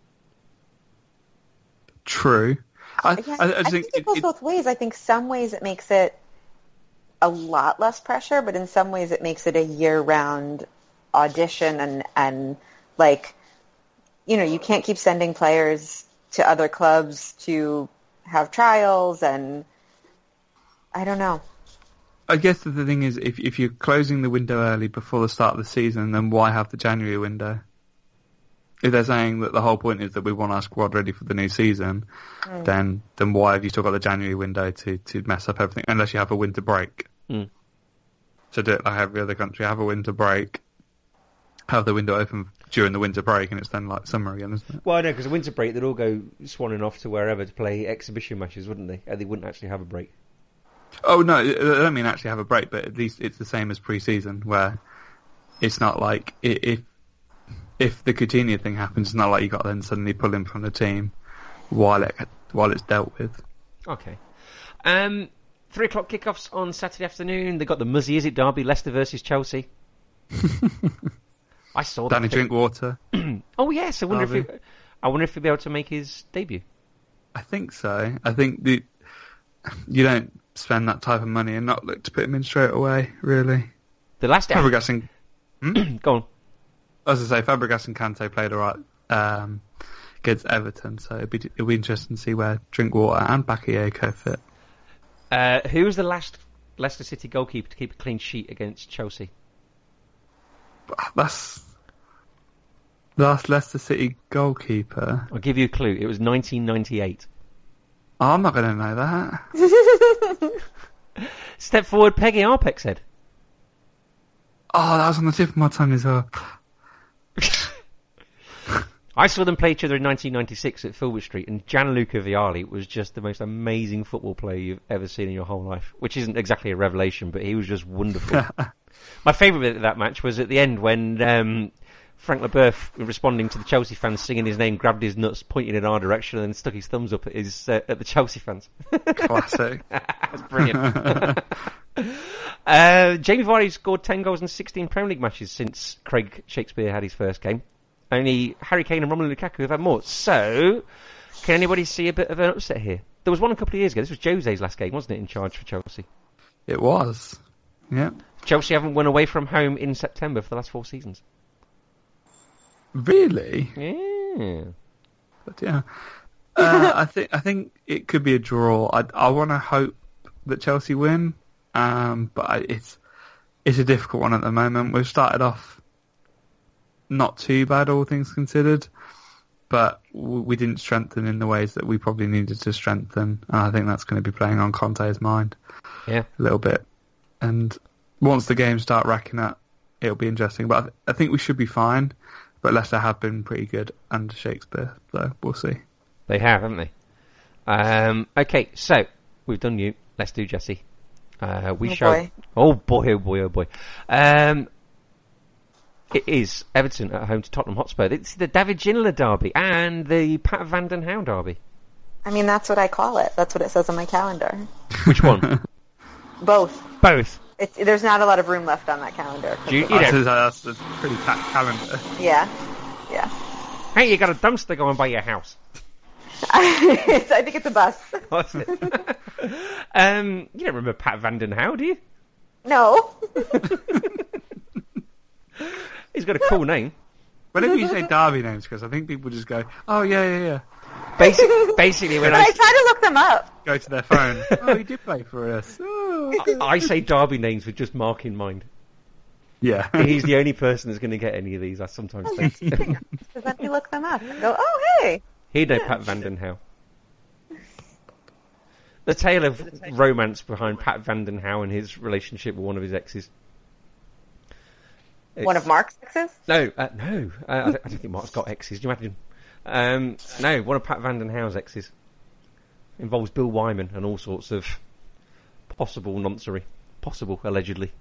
True. I,
Yeah,
I, I just
think,
think,
it goes both ways. I think some ways it makes it a lot less pressure, but in some ways it makes it a year-round audition and and like you know you can't keep sending players to other clubs to have trials and I don't know.
I guess the thing is, if if you're closing the window early before the start of the season, then why have the January window? If they're saying that the whole point is that we want our squad ready for the new season, then then why have you still got the January window to, to mess up everything? Unless you have a winter break.
Mm.
So do it like every other country: have a winter break, have the window open during the winter break, and it's then like summer again, isn't it?
Well, I know, because the winter break, they'd all go swanning off to wherever to play exhibition matches, wouldn't they? And they wouldn't actually have a break.
Oh no, I don't mean actually have a break, but at least it's the same as pre-season where it's not like i- if if the Coutinho thing happens, it's not like you got to then suddenly pull him from the team while it while it's dealt with.
Okay. Um, three o'clock kickoffs on Saturday afternoon. They got the Muzzy Is It Derby, Leicester versus
[LAUGHS]
Chelsea. I saw that.
Danny
thing.
Drinkwater,
Oh yes, I wonder if he,
Derby.
I wonder if he'll be able to make his debut.
I think so. I think the you don't spend that type of money and not look to put him in straight away. Really,
The last out.
Fabregas and
[CLEARS THROAT] Go on.
as I say, Fabregas and Kante played alright um, against Everton, so it'd be it'd be interesting to see where Drinkwater and Bakayoko fit.
Uh, who was the last Leicester City goalkeeper to keep a clean sheet against Chelsea?
That's Last Leicester City goalkeeper.
I'll give you a clue. It was 1998.
Oh, I'm not going to know that.
Step forward, Peggy Arpeck said.
Oh, that was on the tip of my tongue as well.
I saw them play each other in 1996 at Filbert Street, and Gianluca Vialli was just the most amazing football player you've ever seen in your whole life. Which isn't exactly a revelation, but he was just wonderful. My favourite bit of that match was at the end when um, Frank LeBeuf, responding to the Chelsea fans singing his name, grabbed his nuts, pointed in our direction, and then stuck his thumbs up at his uh, at the Chelsea fans.
Classic.
That's brilliant. [LAUGHS] uh, Jamie Vardy scored 10 goals in 16 Premier League matches since Craig Shakespeare had his first game. Only Harry Kane and Romelu Lukaku have had more. So, can anybody see a bit of an upset here? There was one a couple of years ago. This was Jose's last game, wasn't it, in charge for Chelsea?
it was. Yeah.
Chelsea haven't won away from home in September for the last four seasons.
Really?
Yeah.
But yeah, uh, I think I think it could be a draw. I I want to hope that Chelsea win, um, but I, it's it's a difficult one at the moment. We've started off not too bad, all things considered, but w- we didn't strengthen in the ways that we probably needed to strengthen. And I think that's going to be playing on Conte's mind
Yeah.
a little bit. And once the games start racking up, it'll be interesting. But I, th- I think we should be fine. But Leicester have been pretty good under Shakespeare, so we'll see.
They have, haven't they? Um, okay, so we've done you. Let's do Jesse. Uh, we
Oh,
shall.
boy.
Oh boy! Oh boy! Oh boy! Um, it is Everton at home to Tottenham Hotspur. It's the David Ginola derby and the Pat Van Den Howe derby.
I mean, that's what I call it. That's what it says on my calendar.
Which one?
Both.
Both.
It's, there's not a lot of room left on that calendar.
Do you, you
That's,
know,
that's, that's a pretty packed calendar.
Yeah. Yeah. [LAUGHS]
hey, you got a dumpster going by your house. [LAUGHS]
It's- I think it's a bus.
What's it? um, you don't remember Pat Van Den Howe, do you?
No.
He's got a cool name.
Whenever you say derby names, Chris, I think people just go, "Oh yeah, yeah, yeah."
Basically, basically when
But [LAUGHS] I
I
try to look them up.
Go to
[LAUGHS]
their phone. oh, he did play for us. Oh.
I say derby names with just Mark in mind.
Yeah,
He's the only person that's going to get any of these. I sometimes
[LAUGHS]
think
Because then you look them up and go, oh, hey.
he'd know Pat Vandenhow. The tale of romance behind Pat Vandenhow and his relationship with one of his exes.
One of
It's-
Mark's exes?
No, uh, no. Uh, I, don't, I don't think Mark's got exes. Do you imagine? Um, no, one of Pat Vandenhow's exes involves Bill Wyman and all sorts of possible noncery, possible allegedly.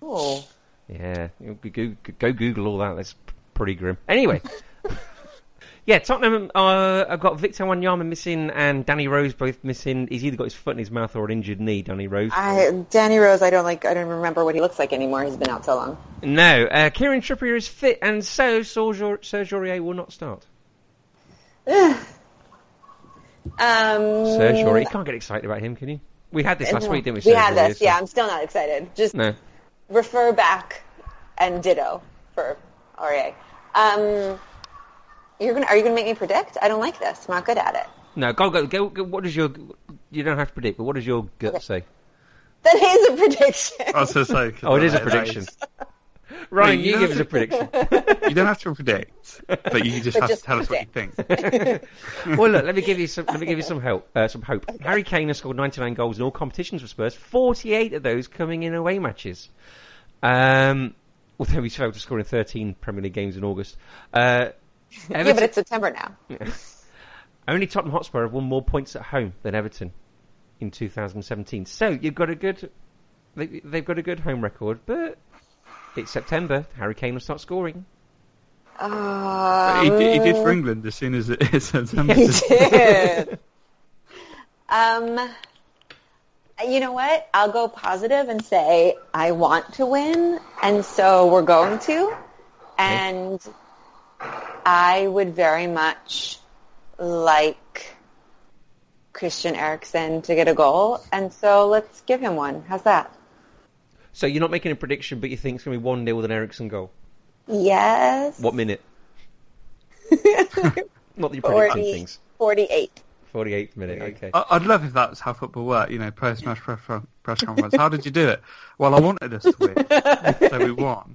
Oh.
Yeah, you go, go, go Google all that. That's p- pretty grim. Anyway, [LAUGHS] yeah, Tottenham. Uh, I've got Victor Wanyama missing and Danny Rose both missing. He's either got his foot in his mouth or an injured knee. Danny Rose.
I, Danny Rose, I don't like, I don't remember what he looks like anymore. He's been out so long.
No, uh, Kieran Trippier is fit, and so Serge Serge Aurier will not start.
Um,
Serge Aurier. You can't get excited about him, can you? We had this last week, didn't we?
We
Serge
had
Aurier,
this.
so-
Yeah, I'm still not excited. Just
No.
refer back and ditto for RA. Um, you're gonna, are you going to make me predict? I don't like this. I'm not good at it. [LAUGHS]
No, go, go, go, go. What does your, you don't have to predict, but what does your gut say?
That is a prediction.
[LAUGHS] I was just like,
Oh, it is a
that
prediction. [LAUGHS] Ryan,
No,
you
you
give
know-
us a prediction.
You don't have to predict, but you just
But
have
just
to tell us what you think.
well, look, let me give you some. Let me give you some help. Uh, some hope. Harry Kane has scored 99 goals in all competitions for Spurs. 48 of those coming in away matches. Um, although he's failed to score in 13 Premier League games in August. Uh,
yeah, but
Everton,
it's September now.
Hmm. only Tottenham Hotspur have won more points at home than Everton in 2017. So you've got a good. They, they've got a good home record, but it's September. Harry Kane will start scoring.
Um,
He, did- he did for England as soon as it [LAUGHS] is September.
[LAUGHS] He did. um, you know what? I'll go positive and say I want to win, and so we're going to. And I would very much like Christian Eriksen to get a goal, and so let's give him one. How's that?
So you're not making a prediction, but you think it's going to be one 0 with an Ericsson goal.
Yes. [LAUGHS]
What minute? Not that you're predicting
Forty-
things.
Forty-eight.
48th minute. Okay.
I- I'd love if that's how football worked, you know, post match press, press conference. How did you do it? Well, I wanted us to win, so
[LAUGHS]
we won.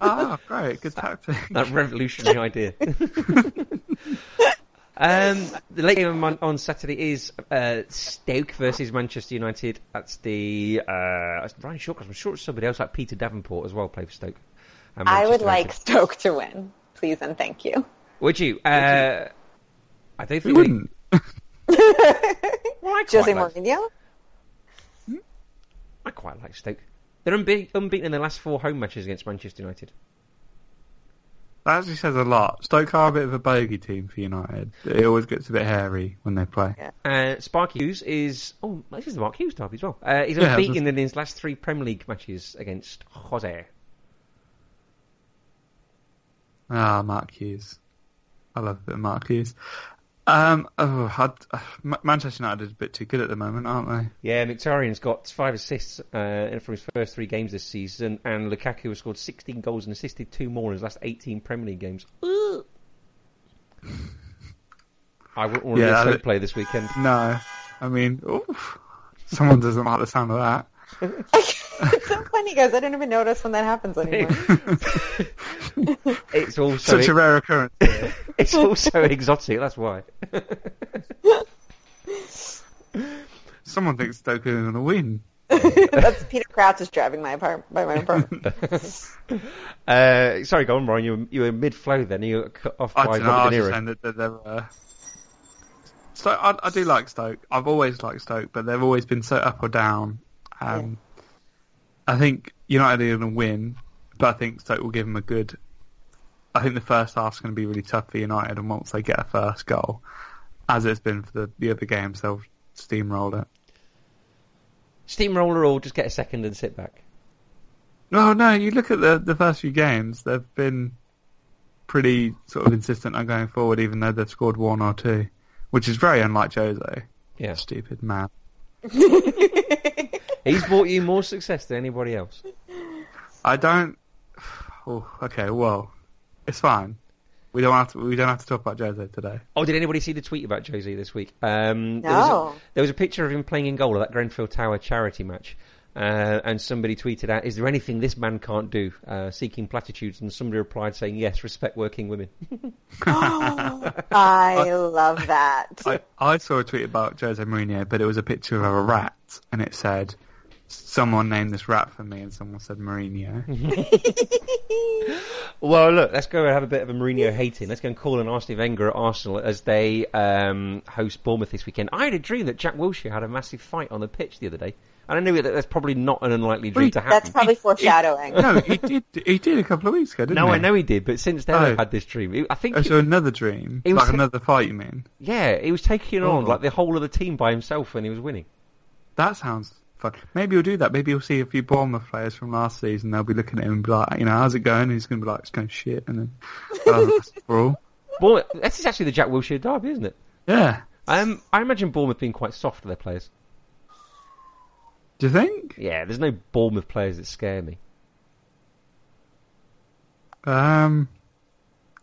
Ah, great, good tactic.
that revolutionary
[LAUGHS]
idea. [LAUGHS] um, the late game on, on Saturday is uh, Stoke versus Manchester United. That's the uh, it's Ryan Shawcross. I'm sure it's somebody else like Peter Davenport as well played for Stoke. and
I would
Manchester
like
United.
Stoke to win, please and thank you.
Would you? Uh, I don't think
We wouldn't.
Well, I quite
Jose
like-
Mourinho.
I quite like Stoke. They're unbe- unbeaten in their last four home matches against Manchester United.
That actually says a lot. Stoke are a bit of a bogey team for United. It always gets a bit hairy when they play.
Yeah.
Uh, Sparky Hughes is oh, this is the Mark Hughes derby as well. Uh, he's
Yeah,
unbeaten
that's-
in his last three Premier League matches against Jose.
Ah, Mark Hughes. I love a bit of Mark Hughes. Um, oh, I'd, Ma- Manchester United is a bit too good at the moment, aren't they?
Yeah, Mkhitaryan's got five assists uh, from his first three games this season, and Lukaku has scored 16 goals and assisted two more in his last 18 Premier League games. Ugh. I wouldn't want to
Yeah,
be a
that-
Stoke player this weekend.
No. I mean, oof. Someone doesn't like the sound of that.
it's so funny, guys. I don't even notice when that happens anymore.
It's also
Such a rare occurrence. [LAUGHS]
it's also exotic. That's why.
Someone thinks Stoke are going to win.
That's Peter Crouch is driving my apartment by my
[LAUGHS]
apartment.
Uh, sorry, go on, Ryan. You were, you were mid-flow then. You were cut off
I
by
don't know. I
Robert
was
De
just
Niro.
saying that they're. they're, uh, Stoke, I, I do like Stoke. I've always liked Stoke, but they've always been so up or down. Um, I think United are going to win, but I think Stoke will give them a good. I think the first half's going to be really tough for United, and once they get a first goal, as it's been for the, the other games, they'll steamroll it.
Steamroller or just get a second and sit back.
No, no, you look at the the first few games; they've been pretty sort of insistent on going forward, even though they've scored one or two, which is very unlike Jose.
Yeah,
Stupid man.
he's brought you more success than anybody else.
I don't. Oh, okay. Well, it's fine. We don't have to. We don't have to talk about Jose today.
Oh, did anybody see the tweet about Josie this week? Um, there, was
No.
a, there was a picture of him playing in goal at that Grenfell Tower charity match, uh, and somebody tweeted out, "Is there anything this man can't do?" Uh, seeking platitudes, and somebody replied saying, "Yes, respect working women."
[LAUGHS]
[LAUGHS]
I love that.
[LAUGHS] I, I saw a tweet about Jose Mourinho, but it was a picture of a rat, and it said, "Someone named this rat for me," and someone
[LAUGHS]
said Mourinho.
Well, look, let's go and have a bit of a Mourinho hating. Let's go and call on Arsene Wenger at Arsenal as they um, host Bournemouth this weekend. I had a dream that Jack Wilshere had a massive fight on the pitch the other day, and I knew that that's probably not an unlikely dream to happen.
[LAUGHS]
That's probably foreshadowing.
no, he did. He did a couple of weeks ago, didn't
No,
he?
I know he did, but since then
Oh.
I've had this dream. It- I think,
Oh,
it-
so another dream,
He was
like
ta-
another fight. You mean?
yeah, he was taking on
Oh.
like the whole of the team by himself when he was winning.
That sounds fun. Maybe you'll do that. Maybe you'll see a few Bournemouth players from last season. They'll be looking at him and be like, you know, how's it going? And he's going to be like, it's going shit. And then, [LAUGHS] well, that's for all.
Bournemouth, this is actually the Jack Wilshere derby, isn't it?
Yeah.
Um, I imagine Bournemouth being quite soft to their players.
Do you think?
Yeah, there's no Bournemouth players that scare me.
Um,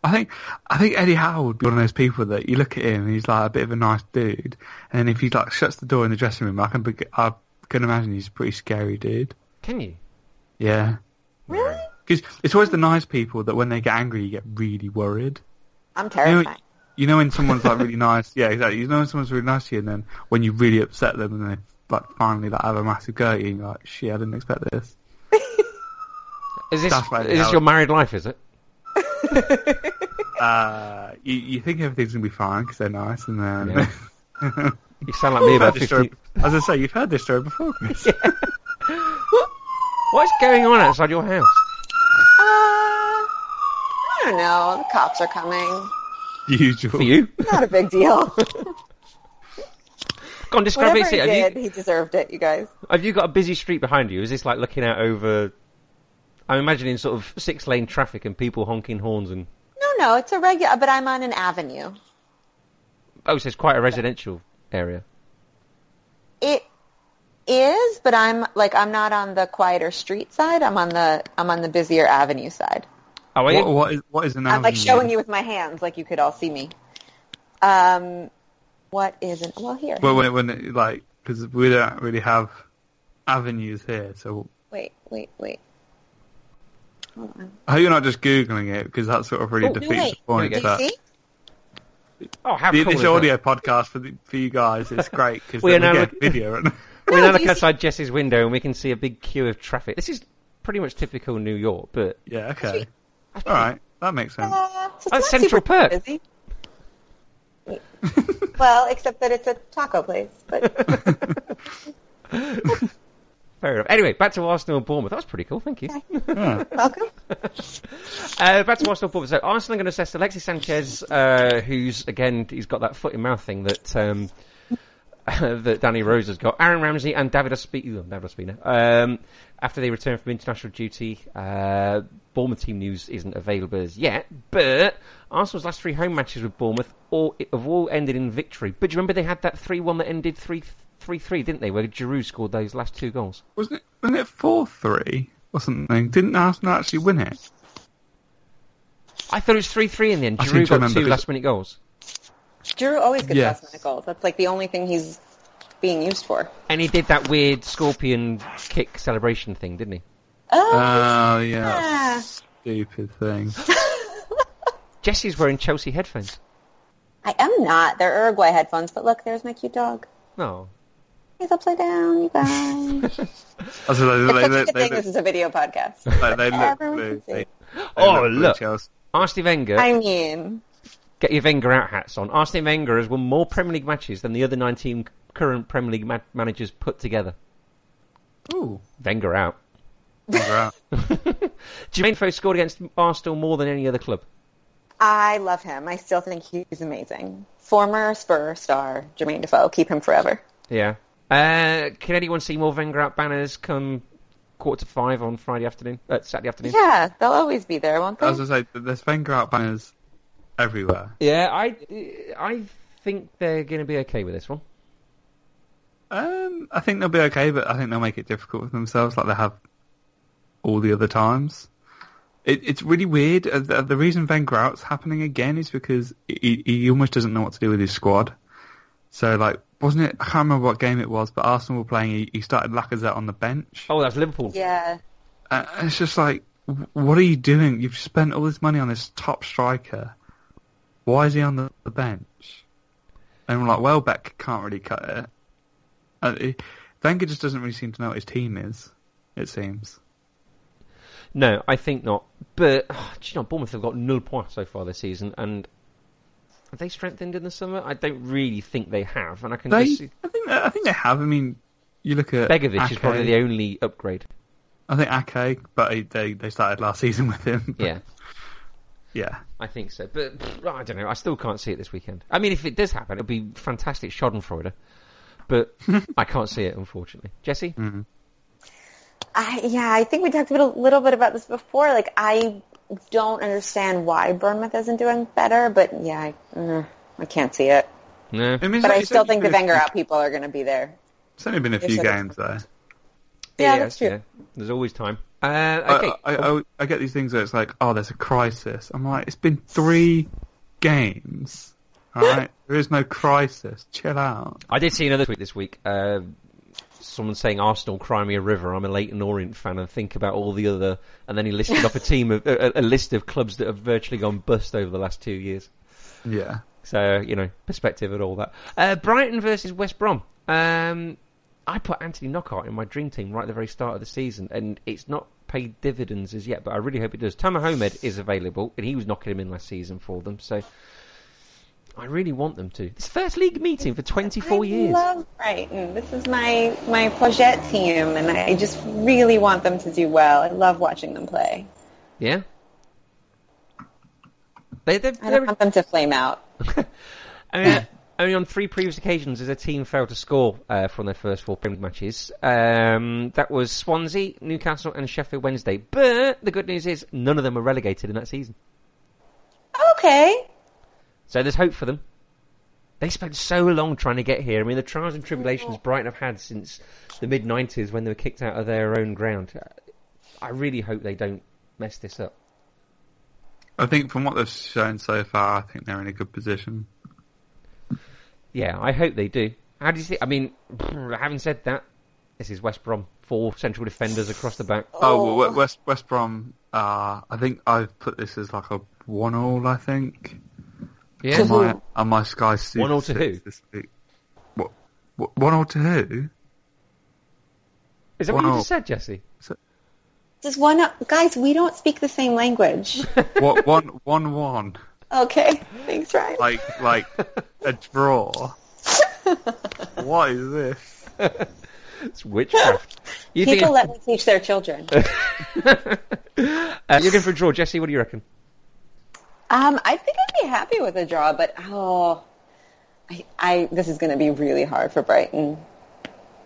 I think I think Eddie Howe would be one of those people that you look at him and he's like a bit of a nice dude, and if he like shuts the door in the dressing room, I can be, I can imagine he's a pretty scary dude.
Can you?
Yeah,
Really?
because it's always the nice people that when they get angry, you get really worried.
I'm
You
terrified.
know, you know when someone's like really nice, yeah, exactly. You know when someone's really nice to you, and then when you really upset them, and they like finally like have a massive go at you, and you're like, shit, I didn't expect this.
Is this,
That's right,
is this
Howard.
your married life, is it?
Uh, you, you think everything's gonna be fine because they're nice, and then [LAUGHS]
Yeah. You sound like me
you've heard
about
this
15...
story. As I say, you've heard this story before. Chris.
[LAUGHS]
What's going on outside your house?
Uh, I don't know. The cops are coming.
Usual.
For you? [LAUGHS]
Not a
[LAUGHS]
big deal.
Go on, describe
Whatever
it.
he
Have you,
did, he deserved it, you guys.
Have you got a busy street behind you? Is this like looking out over? I'm imagining sort of six lane traffic and people honking horns and
No, no, it's a regular, but I'm on an avenue.
oh, so it's quite a residential area.
It is, but I'm like I'm not on the quieter street side. I'm on the I'm on the busier avenue side.
Oh, are you?
What, what is what is an
I'm like
avenue?
showing you with my hands, like you could all see me. Um, what is an well here?
Well, when, when it, like, because we don't really have avenues here, so
Wait, wait, wait. Hold on.
I hope you're not just googling it because that sort of really
Oh,
defeats
Wait,
the point.
do you
But
see?
Oh, how
the,
cool
this
is
audio podcast for the, for you guys is great because
We
we
are now
get
look-
video. And, [LAUGHS]
that? We now
No,
look
you see-
outside Jess's window and we can see a big queue of traffic. This is pretty much typical New York, but
yeah, okay,
Sweet.
all right, that makes sense.
Uh, so it's
That's
not
Central
super
Perk.
[LAUGHS]
busy. well, except that it's a taco place. But
[LAUGHS]
fair enough. Anyway, back to Arsenal and Bournemouth. That was pretty cool. Thank you.
Yeah.
welcome.
Uh, back to Arsenal Bournemouth. So Arsenal are going to assess Alexis Sanchez, uh, who's again he's got that foot in mouth thing that um, [LAUGHS] that Danny Rose has got. Aaron Ramsey and David Ospina. David Ospina. Um, after they return from international duty, uh, Bournemouth team news isn't available as yet. But Arsenal's last three home matches with Bournemouth all have all ended in victory. But do you remember they had that three-one that ended three three three, didn't they? Where Giroud scored those last two goals.
Wasn't it? Wasn't it four three or something? Didn't Arsenal actually win it?
I thought it was three three in the end.
I seem
Giroud
to
got
remember
two
this-
last-minute goals.
Drew always gets
Yeah.
last minute goals. That's like the only thing he's being used for.
And he did that weird scorpion kick celebration thing, didn't he?
Oh,
Oh yeah,
Ah.
stupid thing.
Jesse's wearing Chelsea headphones.
I am not. They're Uruguay headphones, but look, there's my cute dog.
No.
He's upside down, you
[LAUGHS]
guys. [LAUGHS]
That's what they, they,
It's such a
they,
good
they,
thing
look-
this is a video
[LAUGHS]
podcast.
like, they look
Everyone
blue.
can see.
They, they
Oh,
blue
look.
Chelsea.
Arsene Wenger,
I mean,
get your Wenger out hats on. Arsene Wenger has won more Premier League matches than the other 19 current Premier League ma- managers put together.
Ooh,
Wenger out.
they're out.
Jermaine Fo scored against Arsenal more than any other club.
I love him. I still think he's amazing. Former Spur star Jermaine Defoe. Keep him forever.
Yeah. Uh, can anyone see more Wenger out banners come quarter to five on Friday afternoon? Uh, Saturday afternoon?
Yeah, they'll always be there, won't
I was
they?
gonna say, there's finger out banners everywhere.
Yeah, I, I think they're going to be okay with this one.
Um, I think they'll be okay, but I think they'll make it difficult for themselves, like they have all the other times. It, it's really weird. Uh, The, the reason Van Grout's happening again is because he, he almost doesn't know what to do with his squad. So, like, wasn't it? I can't remember what game it was, but Arsenal were playing. He, he started Lacazette on the bench.
Oh, that's Liverpool.
Yeah.
Uh, it's just like, w- what are you doing? You've spent all this money on this top striker. Why is he on the, the bench? And I'm like, Welbeck can't really cut it. Uh, it- Wenger just doesn't really seem to know what his team is. It seems.
No, I think not. But [SIGHS] do you know, Bournemouth have got null points so far this season, and have they strengthened in the summer? I don't really think they have, and I can
They,
just see
I think, I think they have. I mean, you look at
Begovic is
Ake.
probably the only upgrade.
I think Ake, but he, they they started last [LAUGHS] season with him.
Yeah,
yeah.
I think so. But pff, I don't know. I still can't see it this weekend. I mean, if it does happen, it'll be fantastic Schadenfreude. But I can't see it, unfortunately. Jesse,
I, yeah, I think we talked a little, little bit about this before. Like, I don't understand why Bournemouth isn't doing better, but yeah, I, mm, I can't see it.
no.
mean, it's
But
only-
I
it's
still
only
think the
been a
Wenger
few-
out people are going to be there.
It's only been a few
said it's-
games though.
Yeah,
Yes,
that's true.
There's always time. Uh, okay.
I, I, I, I get these things where it's like, oh, there's a crisis. I'm like, it's been three games. All right, there is no crisis. Chill out.
I did see another tweet this week. Uh, someone saying Arsenal, cry me a river. I'm a Leighton Orient fan, and think about all the other. And then he listed off a team of a, a list of clubs that have virtually gone bust over the last two years.
Yeah.
So you know, perspective and all that. Uh, Brighton versus West Brom. Um, I put Anthony Knockout in my dream team right at the very start of the season, and it's not paid dividends as yet, but I really hope it does. Tama Homed is available, and he was knocking him in last season for them. So. I really want them to. It's first league meeting for 24
I
years.
love Brighton. This is my my Pochette team, and I just really want them to do well. I love watching them play.
Yeah. They, they're,
I don't
they're,
want them to flame out.
I mean, uh, only on three previous occasions has a team failed to score uh, from their first four Premier League matches. Um, that was Swansea, Newcastle, and Sheffield Wednesday. But the good news is none of them were relegated in that season.
Okay.
So there's hope for them. They spent so long trying to get here. I mean, the trials and tribulations Brighton have had since the mid 90s when they were kicked out of their own ground. I really hope they don't mess this up.
I think from what they've shown so far, I think they're in a good position.
Yeah, I hope they do. How do you see? I mean, [CLEARS THROAT] having said that, this is West Brom. Four central defenders across the back.
Oh, well, we- West West Brom. Uh, I think I've put this as like a one all. I think
Yeah,
on my on my Sky Super
One all to
Six
who?
This week. What, what one all to who?
is that what you
Wow.
just said, Jesse?
Just one, guys. We don't speak the same [LAUGHS] language.
what one [LAUGHS] one one?
Okay, thanks, Ryan.
Like like a draw. what is this?
It's witchcraft. You think
People let me teach
[LAUGHS]
their children.
uh, you're going for a draw, Jesse? What do you reckon?
Um, I think I'd be happy with a draw, but oh, I, I this is going to be really hard for Brighton.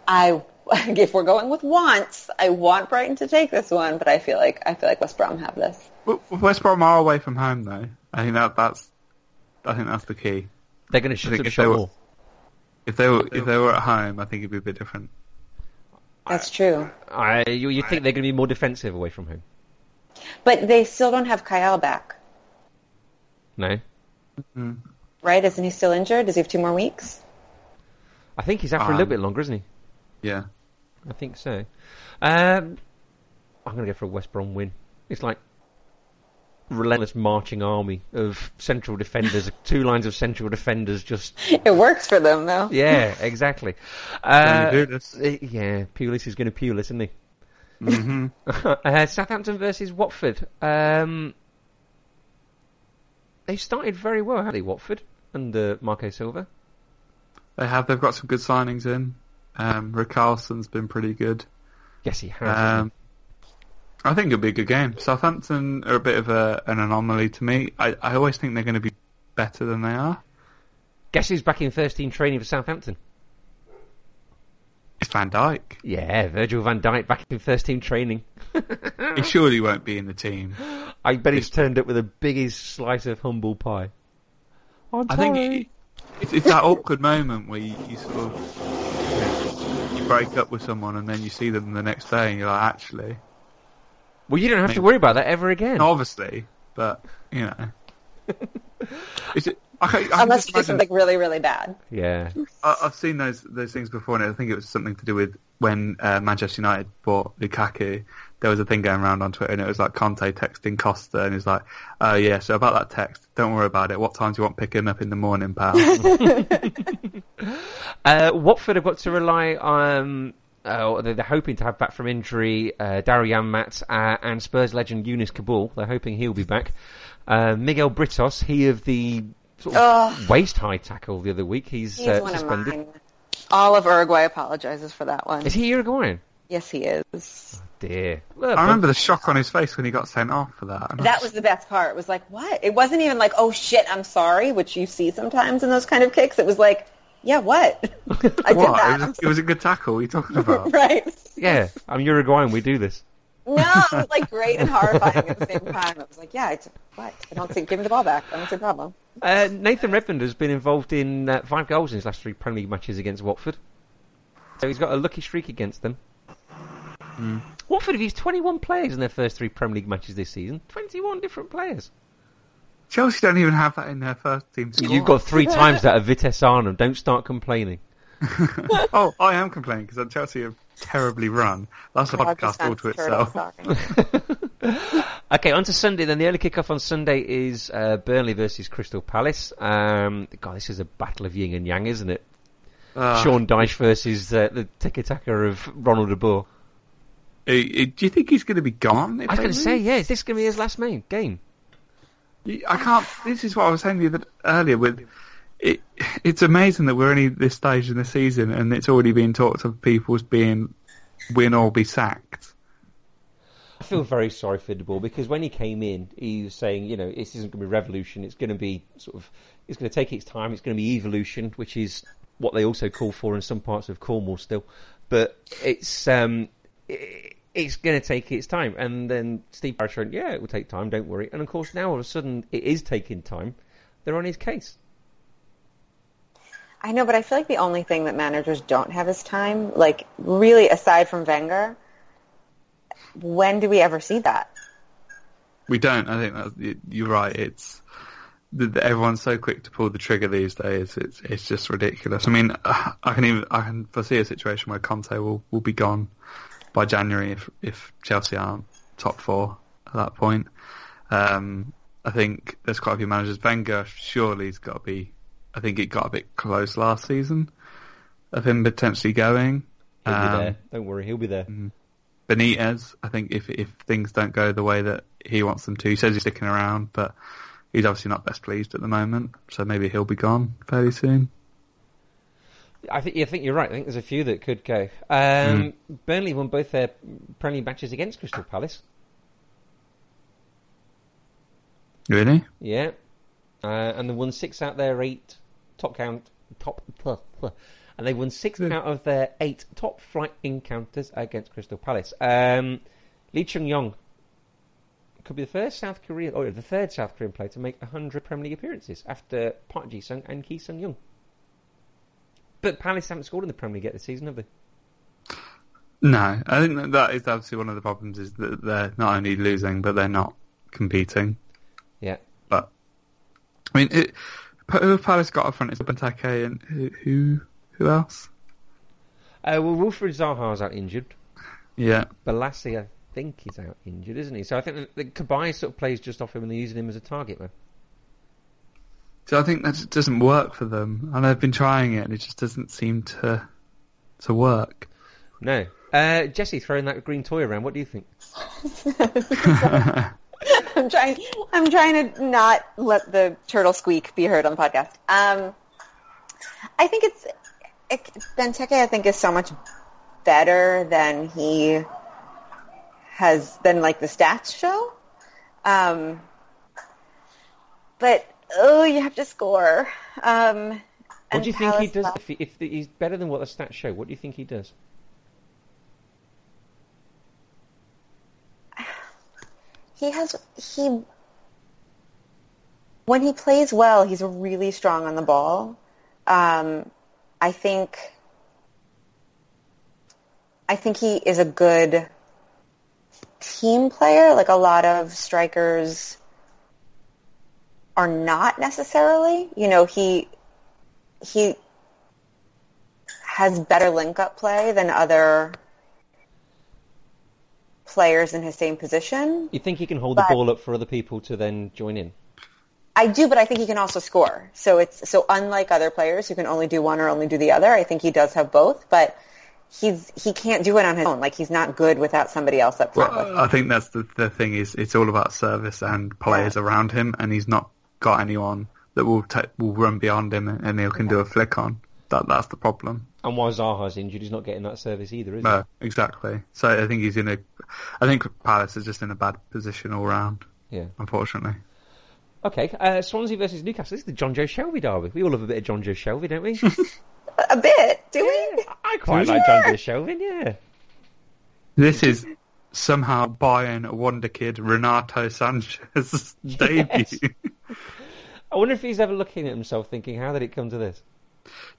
I [LAUGHS] if we're going with wants, I want Brighton to take this one, but I feel like I feel like West Brom have this.
W- West Brom are away from home though. I think that that's I think that's the key.
They're going to shoot
think
the
if they
shot
were-
more.
If they were if they were at home, I think it'd be a bit different.
That's true,
I, you, you think they're going to be more defensive away from home?
but they still don't have Kyle back,
No,
right? Isn't he still injured? Does he have two more weeks? [LAUGHS]
I think he's out for a little
Um,
bit longer, isn't he?
Yeah.
I think so. Um, I'm going to go for a West Brom win. It's like relentless marching army of central defenders, [LAUGHS] two lines of central defenders. Just
It works for them though.
yeah, exactly. Uh,
Tony Pulis.
eh, yeah, Pulis is going to Pulis, isn't he?
Mm-hmm.
[LAUGHS] uh, Southampton versus Watford. Um, they started very well, haven't they? Watford under Marco Silva.
They have they've got some good signings in. Um Rick Carlson's been pretty good.
Yes, he has.
Um, I think it'll be a good game. Southampton are a bit of a, an anomaly to me. I, I always think they're going to be better than they are.
Guess who's back in first team training for Southampton?
It's Van Dijk.
Yeah, Virgil van Dijk back in first team training.
He surely won't be in the team.
I bet he's turned up with the biggest slice of humble pie. I'm
I
sorry.
think it, it's, it's that awkward moment where you, you sort of you break up with someone and then you see them the next day and you're like, actually,
well, you don't have to worry about that ever again.
obviously, but you know,
[LAUGHS]
it's, I, can- I can just
Unless you do
imagine-
something really, really bad.
Yeah.
I, I've seen those those things before, and I think it was something to do with when uh, Manchester United bought Lukaku. There was a thing going around on Twitter, and it was like Conte texting Costa, and he's like, "Oh yeah, so about that text, don't worry about it. What time do you want picking up in the morning,
[LAUGHS]
pal?"
Uh, Watford have got to rely on. Uh, they're they're hoping to have back from injury uh, Darryl Mat uh, and Spurs legend Eunice Kabul. They're hoping he'll be back. Uh, Miguel Britos, he of the sort of waist high tackle the other week, he's,
He's
uh,
one
suspended.
of mine. All of Uruguay apologizes for that one.
Is he Uruguayan?
Yes, he is.
Dear.
I remember the shock on his face when he got sent off for that. And
That was the best part. It was like, what? It wasn't even like, oh shit, I'm sorry, which you see sometimes in those kind of kicks. It was like, yeah, what? [LAUGHS] I did
what? It
that. [LAUGHS]
was, it was a good tackle. What are you talking [LAUGHS] about?
right.
Yeah, I'm Uruguayan. We do this.
No, it was like great and horrifying at the same time. It was like, yeah, it's what? I don't think, give him the ball back. I don't see a problem.
Uh, Nathan Redmond has been involved in uh, five goals in his last three Premier League matches against Watford. So he's got a lucky streak against them. Hmm. Watford have used 21 players in their first three Premier League matches this season. 21 different players.
Chelsea don't even have that in their first team squad.
You've got [LAUGHS] three times that of Vitesse Arnhem. Don't start complaining.
oh, I am complaining because Chelsea are terribly run. That's a
I've just
podcast all
found
to
this turtle,
itself.
sorry.
Okay, on to Sunday then. The early kick-off on Sunday is uh, Burnley versus Crystal Palace. Um, God, this is a battle of yin and yang, isn't it?
Ah.
Sean Dyche versus uh, the tick-attacker of Ronald De Boer.
Uh, uh, Do you think he's going to be gone? if
I was
they
going to
lose?
say, yeah, is this going to be his last main game?
You- I can't. This is what I was saying to you that earlier. With it, it's amazing that we're only this stage in the season, and it's already being talked of people as being win or be sacked.
I feel very sorry for De Boer because when he came in, he was saying, you know, this isn't going to be revolution. It's going to be sort of, it's going to take its time. It's going to be evolution, which is what they also call for in some parts of Cornwall still. But it's um, i it's going to take its time. And then Steve Parish went, yeah, it will take time. Don't worry. And of course, now all of a sudden, it is taking time. They're on his case.
I know, but I feel like the only thing that managers don't have is time. Like, really, aside from Wenger, when do we ever see that?
We don't. I think that, you're right. It's th- th- everyone's so quick to pull the trigger these days. It's it's just ridiculous. I mean, [SIGHS] I can even I can foresee a situation where Conte will, will be gone by January if if Chelsea aren't top four at that point. Um, I think there's quite a few managers. Wenger surely's got to be. I think it got a bit close last season of him potentially going.
He'll
Um,
be there. Don't worry, he'll be there.
Benitez, I think if if things don't go the way that he wants them to, he says he's sticking around, but he's obviously not best pleased at the moment, so maybe he'll be gone fairly soon.
I think you think you're right. I think there's a few that could go. Um, Burnley won both their Premier League matches against Crystal Palace.
Really?
Yeah, uh, and they won six out of their eight top count top, [LAUGHS] and they won six
Good.
out of their eight top flight encounters against Crystal Palace. Um, Lee Chung Yong could be the first South Korean or the third South Korean player to make hundred Premier League appearances after Park Ji Sung and Ki Sung Young. But Palace haven't scored in the Premier League yet this season, have they?
No, I think that, that is obviously one of the problems is that they're not only losing but they're not competing.
Yeah.
But I mean, it, who have Palace got up front? It's Benteke and who who, who else?
Uh, well, Wilfred Zaha's out injured.
Yeah,
Balassi, I think, he's out injured, isn't he? So I think that- that Kabay sort of plays just off him and they're using him as a target, man.
so I think that just doesn't work for them, and they've been trying it, and it just doesn't seem to to work.
No. Uh, Jesse throwing that green toy around. What do you think?
[LAUGHS] I'm trying. I'm trying to not let the turtle squeak be heard on the podcast. Um, I think it's it, Benteke. I think is so much better than he has than like the stats show. Um, but oh, you have to score. Um,
What
and
do you think he
Palace
does?
lost-
If, he, if he's better than what the stats show, what do you think he does?
He has he when he plays well, he's really strong on the ball. Um, I think I think he is a good team player. Like a lot of strikers are not necessarily. You know, he he has better link up play than other players in his same position.
You think he can hold
But-
the ball up for other people to then join in?
I do, but I think he can also score. So it's so unlike other players who can only do one or only do the other. I think he does have both, but he's he can't do it on his own. Like he's not good without somebody else up front.
Well, I think that's the, the thing is it's all about service and players around him, and he's not got anyone that will ta will run beyond him and he can do a flick on. That that's the problem.
And while Zaha's injured, he's not getting that service either, is
No, exactly. So I think he's in a. I think Palace is just in a bad position all round,
he? Yeah.
unfortunately.
Okay. Uh, Swansea versus Newcastle. This is the John Joe Shelby derby. We all love a bit of John Joe Shelby, don't we?
a bit, do we?
I quite like John Joe Shelby. Yeah.
This is somehow Bayern wonder kid Renato Sanchez's debut.
I wonder if he's ever looking at himself, thinking, "How did it come to this?"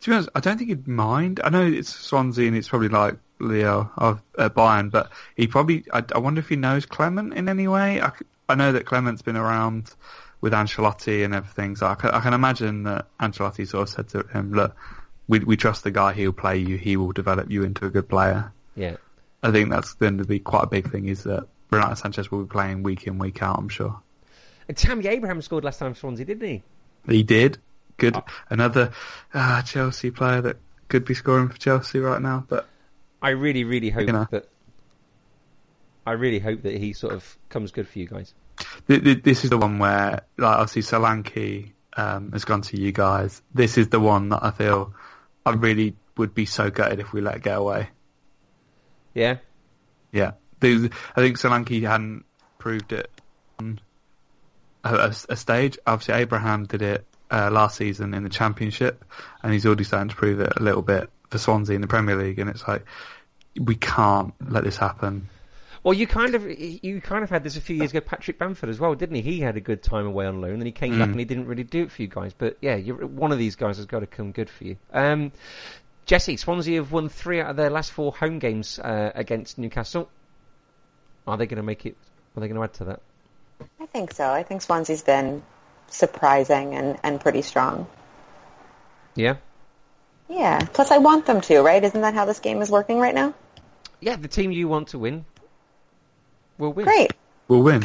To be honest, I don't think he'd mind. I know it's Swansea and it's probably like Leo of uh, Bayern, but he probably. I, I wonder if he knows Clement in any way. I, c- I know that Clement's been around with Ancelotti and everything, so I can, I can imagine that Ancelotti sort of said to him, "Look, we we trust the guy. He'll play you. He will develop you into a good player."
Yeah.
I think that's going to be quite a big thing. Is that Renato Sanchez will be playing week in week out? I'm sure
And Tammy Abraham scored last time for Swansea, didn't he?
he did. Good, another uh, Chelsea player that could be scoring for Chelsea right now, but.
I really, really hope
You know.
that. I really hope that he sort of comes good for you guys.
Th- th- this is the one where, like, obviously Solanke um, has gone to you guys. This is the one that I feel I really would be so gutted if we let it get away.
Yeah.
Yeah, Th- I think Solanke hadn't proved it on a, a s- a stage. Obviously, Abraham did it uh, last season in the Championship, and he's already starting to prove it a little bit for Swansea in the Premier League. And it's like we can't let this happen.
Well, you kind of you kind of had this a few years ago. Patrick Bamford as well, didn't he? He had a good time away on loan, and he came back and he didn't really do it for you guys. But yeah, you're, one of these guys has got to come good for you. Um, Jesse, Swansea have won three out of their last four home games uh, against Newcastle. Are they going to make it? Are they going to add to that?
I think so. I think Swansea's been surprising and, and pretty strong.
Yeah.
Yeah. Plus, I want them to, right? Isn't that how this game is working right now?
Yeah, the team you want to win will win.
Great.
We'll win.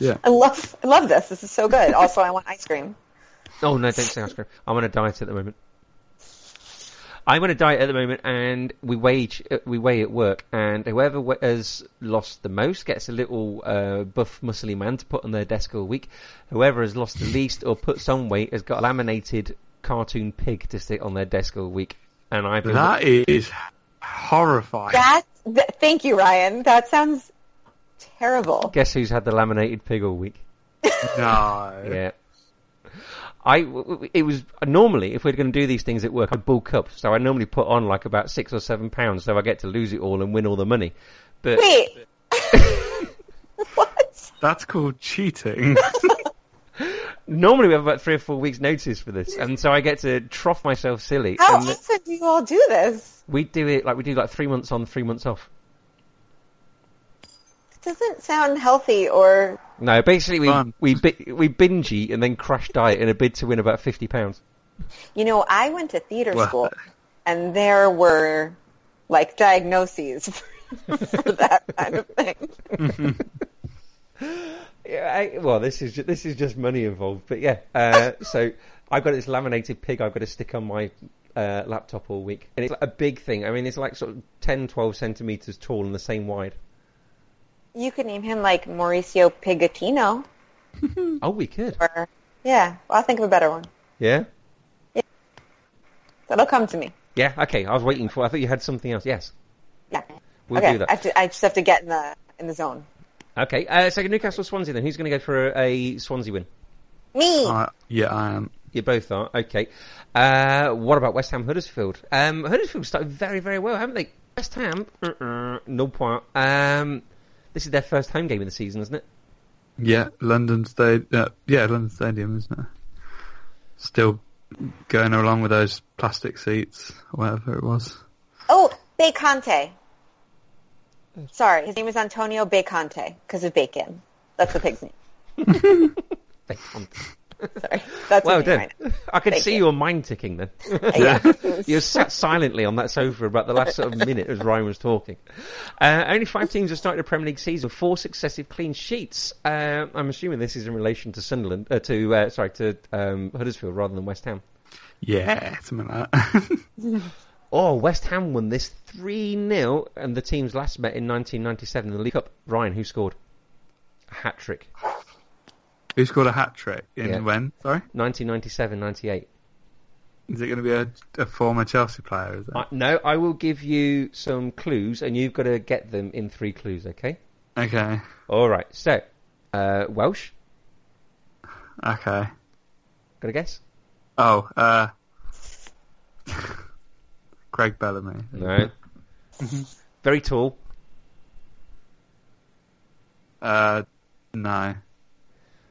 Yeah.
I love I love this. This is so good. Also, I want ice cream.
Oh no, don't say ice cream. I'm on a diet at the moment. I'm on a diet at the moment, and we wage uh, we weigh at work, and whoever wa- has lost the most gets a little uh, buff, muscly man to put on their desk all week. Whoever has lost the least or put some weight has got a laminated cartoon pig to stick on their desk all week. And I've been
That is horrifying.
That, th- thank you, Ryan. That sounds terrible.
guess who's had the laminated pig all week?
No.
Yeah. I w- w- it was normally if we're going to do these things at work, I bulk up, so I normally put on like about six or seven pounds, so I get to lose it all and win all the money. But
Wait. [LAUGHS] what?
That's
[LAUGHS]
called cheating.
normally we have about three or four weeks' notice for this, and so I get to trough myself silly.
How
and
often do you all do this?
we do it like we do like three months on, three months off.
It doesn't sound healthy or
No, basically we
Fun.
we bi- we binge eat and then crash diet in a bid to win about fifty pounds.
You know, I went to theater
Wow.
school, and there were like diagnoses [LAUGHS] for that kind of thing.
Yeah, I, well, this is ju- this is just money involved, but yeah. Uh, so I've got this laminated pig I've got to stick on my uh, laptop all week, and it's like a big thing. I mean, it's like sort of 10, 12 centimeters tall and the same wide.
You could name him like Mauricio Pigatino,
Oh, we could,
or yeah, I'll think of a better one.
yeah,
That'll come to me.
yeah. Okay, I was waiting for. I thought you had something else. Yes,
Yeah.
we'll
okay.
do that.
I, have to, I just have to get in the in the zone.
Okay, uh, so Newcastle Swansea then. Who's going to go for a, a Swansea win?
Me.
I- Uh, yeah, I am.
You both are. Okay. Uh, what about West Ham Huddersfield? Um, Huddersfield started very, very well, haven't they? West Ham, uh-uh, no point. Um, this is their first home game of the season, isn't it?
Yeah, London Stadium. Uh, yeah, London Stadium, isn't it? Still going along with those plastic seats, or whatever it was.
oh, Bacante. Sorry, his name is Antonio Bacante because of bacon. That's the pig's name.
They can't.
Sorry, that's
Well
his name
done.
right now.
I can
Thank
see
you.
your mind ticking then.
[LAUGHS] Yeah.
you sat silently on that sofa about the last sort of minute as Ryan was talking. Uh, only five teams have started a Premier League season with four successive clean sheets. Uh, I'm assuming this is in relation to Sunderland, uh, to uh, sorry, to um, Huddersfield rather than West Ham.
Yeah, [LAUGHS] something like that.
Oh, West Ham won this 3 0, and the teams last met in 1997 in the League Cup. Ryan, who scored? A hat trick.
Who scored a hat trick in
Yeah.
when? Sorry,
1997 98.
is it going to be a, a former Chelsea player? Is it?
I, no, I will give you some clues, and you've got to get them in three clues, okay?
Okay,
All right, so, uh, Welsh,
okay.
got a guess?
Oh, uh, [LAUGHS] Craig Bellamy.
No.
Mm-hmm.
Very tall.
Uh, no.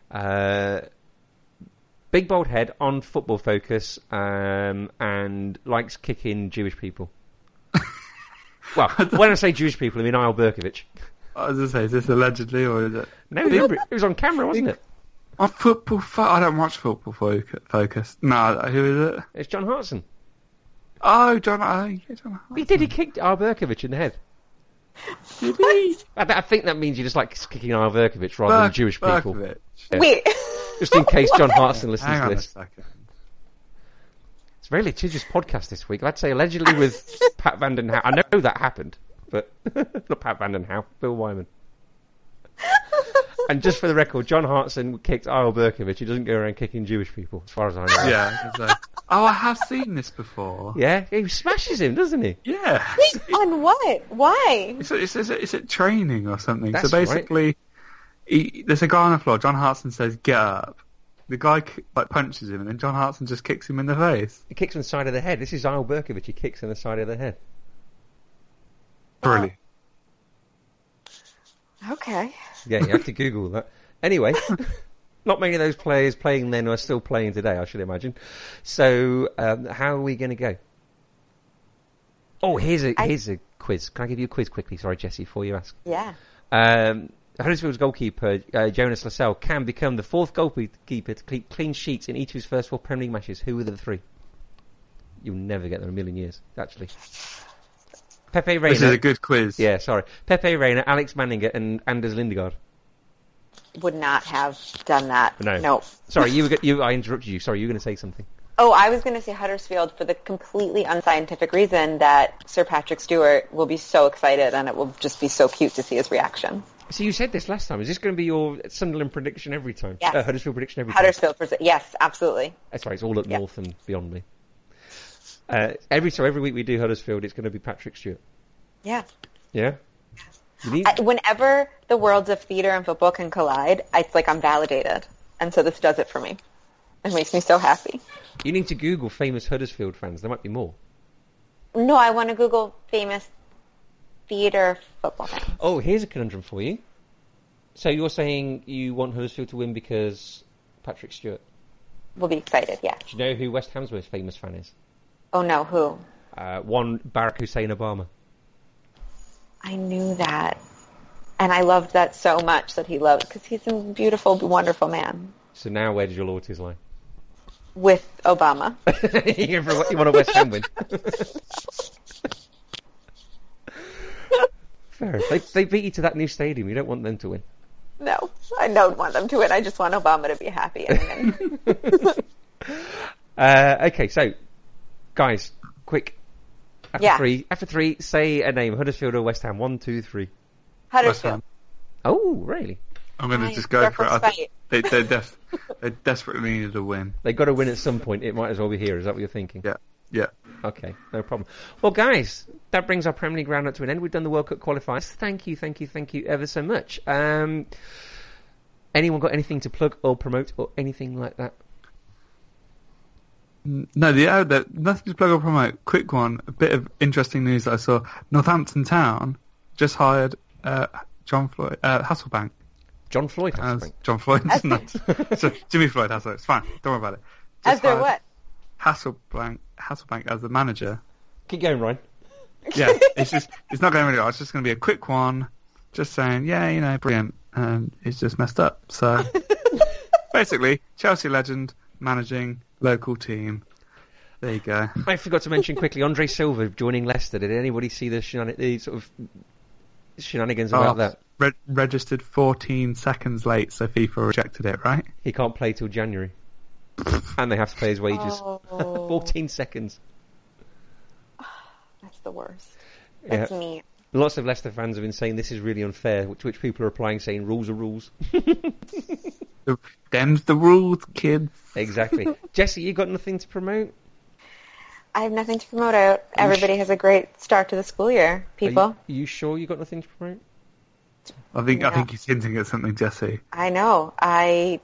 Uh, big bald head on football focus um, and likes kicking Jewish
[LAUGHS]
people. well, when I say Jewish people, I mean Al Berkovich.
I was going to say, is this allegedly or is it?
No, it was on camera, wasn't it?
On football, fo- I don't watch football fo- focus. No, who is it?
It's John Hartson.
Oh, John. Oh, yeah, John.
He did. He kicked Al Berkovich in the head. I, I think that means you just like kicking Al Berkovich rather than
Berk-
Jewish people.
Berkovich.
Wait.
Just in case
[LAUGHS]
John Hartson listens
Hang
to
on a
this.
second.
It's a very litigious podcast this week. I'd say allegedly
[LAUGHS]
with Pat Vandenhout. I know that happened, but [LAUGHS] not Pat Vandenhout, Bill Wyman. And just for the record, John Hartson kicked Al Berkovich. He doesn't go around kicking Jewish people, as far as I know.
Yeah. it's like- oh, I have seen this before.
Yeah, he smashes him, doesn't he?
Yeah.
[LAUGHS] On what? Why?
It's, it's, it's, it's at training or something.
That's
so
right.
basically, he, there's a guy on the floor. John Hartson says, "Get up." The guy ki- like punches him, and then John Hartson just kicks him in the face.
He kicks him in the side of the head. This is Al Berkovich. He kicks in the side of the head.
Brilliant.
Okay.
Yeah, you have to Google that.
[LAUGHS]
Anyway, not many of those players playing then are still playing today, I should imagine. So, um, how are we going to go? Oh, here's a
I-
here's a quiz. Can I give you a quiz quickly? Sorry, Jesse, before you ask.
Yeah.
Um, Huddersfield's goalkeeper, uh, Jonas Lascelles, can become the fourth goalkeeper to keep clean sheets in each of his first four Premier League matches. Who are the three? You'll never get there in a million years, actually. Pepe Reina.
This is a good quiz.
Yeah, sorry. Pepe Reina, Alex Manninger, and Anders Lindegaard.
Would not have done that.
No.
Nope.
Sorry, you, were go- you. I interrupted you. Sorry, you were going to say something.
Oh, I was going to say Huddersfield for the completely unscientific reason that Sir Patrick Stewart will be so excited and it will just be so cute to see his reaction.
So you said this last time. Is this going to be your Sunderland prediction every time?
Yes.
Uh, Huddersfield prediction every time?
Huddersfield, for, yes, absolutely.
That's right. It's all up
Yeah.
north and beyond me. Uh, every so every week we do Huddersfield, it's going to be Patrick Stewart.
Yeah.
Yeah. You need-
I, whenever the worlds of theater and football can collide, it's like I'm validated. And so this does it for me. It makes me so happy.
You need to Google famous Huddersfield fans. There might be more.
No, I want to Google famous theater football fans.
Oh, here's a conundrum for you. So you're saying you want Huddersfield to win because Patrick Stewart.
We'll be excited, yeah.
Do you know who West Ham's most famous fan is?
Oh no, who?
Uh, one Barack Hussein Obama.
I knew that. And I loved that so much that he loved, because he's a beautiful, wonderful man.
So now where does your loyalties lie?
With
[LAUGHS]
Obama.
you want a West Ham win? Fair. enough. They, they beat you to that new stadium. You don't want them to win.
No, I don't want them to win. I just want Obama to be happy.
[LAUGHS]
And win.
Uh, okay, so guys, quick. After
Yeah.
three, after three, say a name: Huddersfield or West Ham. One, two, three.
West
Huddersfield.
Ham.
Oh, really?
I'm going to
Aye,
just go for it. I think
Spite.
they, they, def- they desperately needed a win.
They got to win at some point. It might as well be here. Is that what you're thinking?
Yeah, yeah.
Okay, no problem. Well, guys, that brings our Premier League round up to an end. We've done the World Cup qualifiers. Thank you, thank you, thank you ever so much. Um, anyone got anything to plug or promote or anything like that?
No, the outlet, nothing to plug or promote. Quick one, a bit of interesting news that I saw. Northampton Town just hired uh, John Floyd, uh, Hasselbank
John Floyd. Has
as John Floyd. [LAUGHS] no,
[LAUGHS]
so Jimmy Floyd Hasselbank. It's fine. Don't worry about it.
As
Just
their
hired
what?
Hasselbank, Hasselbank as the
[LAUGHS]
manager.
Keep going, Ryan.
Yeah, it's just it's not going anywhere. It's just going to be a quick one. Just saying, yeah, you know, brilliant. Um, it's just messed up.
[LAUGHS]
So basically, Chelsea legend managing local team. There you go.
I forgot to mention quickly Andre Silva joining Leicester. Did anybody see the, shenan- the sort of shenanigans about
Oh,
that?
Re- registered 14 seconds late, so FIFA rejected it, right?
He can't play till January, and they have to pay his wages.
Oh.
[LAUGHS] Fourteen seconds.
That's the worst.
Yeah.
That's me.
Lots of Leicester fans have been saying this is really unfair, which, which people are applying saying rules are rules.
The, them's the rules, kids.
[LAUGHS]
exactly. Jesse, you got nothing to promote?
I have nothing to promote out. Everybody has a great start to the school year,
Are you-
people.
Are you, sure you got nothing to promote?
I think I
Yeah.
think he's hinting at something, Jesse.
I know.
[LAUGHS]
I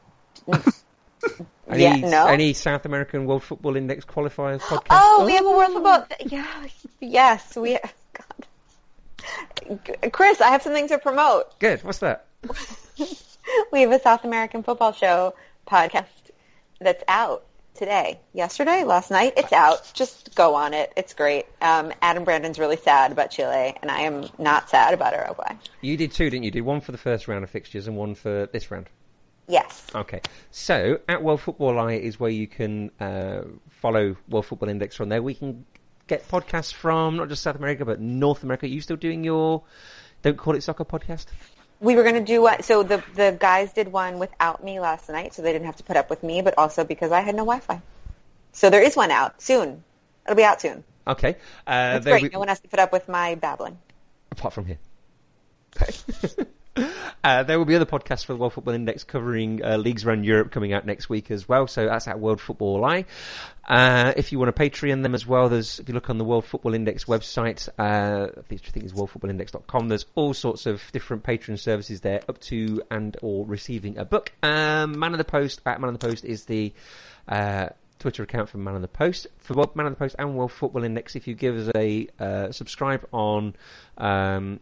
Any,
Yeah, no.
any South American World Football Index qualifiers podcast?
[GASPS] Oh, we have a world football. Yeah. [LAUGHS] Yes, we God. Chris, I have something to promote.
Good. What's that?
We have a South American football show podcast that's out today, yesterday, last night. It's out. Just go on it. It's great. Um, Adam Brandon's really sad about Chile, and I am not sad about Uruguay.
You did two, didn't you? Did one for the first round of fixtures and one for this round.
Yes.
Okay. So at World Football Eye is where you can uh, follow World Football Index from there. We can get podcasts from not just South America but North America. Are you still doing your Don't Call It Soccer podcast?
We were going to do what? So the the guys did one without me last night, so they didn't have to put up with me, but also because I had no Wi-Fi. So there is one out soon. It'll be out soon.
Okay. Uh,
That's
there
great.
we-
No one has to put up with my babbling.
apart from here. uh, there will be other podcasts for the World Football Index covering uh, leagues around Europe coming out next week as well. So that's at World Football Eye. Uh, if you want to Patreon them as well, there's if you look on the World Football Index website, uh, I think- I think it's worldfootballindex.com. There's all sorts of different patron services there, up to and or receiving a book. Um, Man of the Post at Man of the Post is the uh, Twitter account for Man of the Post. For World- Man of the Post and World Football Index, if you give us a uh, subscribe on um,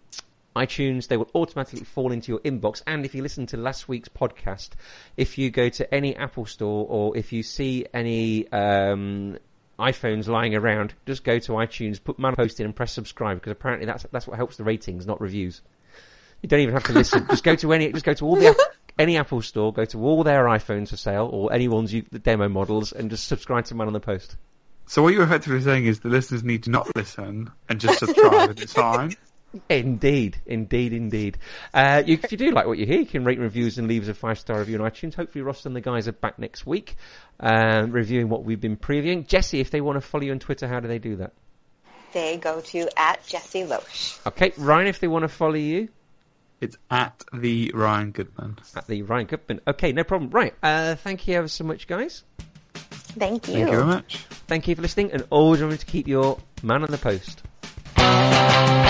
iTunes, they will automatically fall into your inbox. And if you listen to last week's podcast, if you go to any Apple store or if you see any um, iPhones lying around, just go to iTunes, put Man of the Post in, and press subscribe because apparently that's that's what helps the ratings, not reviews. You don't even have to listen. just go to any, just go to all the app- any Apple store, go to all their iPhones for sale or any ones you the demo models, and just subscribe to Man on the Post.
So what you're effectively saying is the listeners need to not listen and just subscribe. and it's fine.
Indeed, indeed, indeed. Uh, you, if you do like what you hear, you can rate reviews and leave us a five star review on iTunes. Hopefully, Ross and the guys are back next week, uh, reviewing what we've been previewing. Jesse, if they want to follow you on Twitter, how do they do that?
They go to at Jesse Loesch.
Okay, Ryan, if they want to follow you
It's at the Ryan Goodman.
at the Ryan Goodman. Okay, no problem. Right, uh, thank you ever so much, guys.
Thank you.
Thank you very much.
Thank you for listening, and always remember to keep your man on the post.
Bye.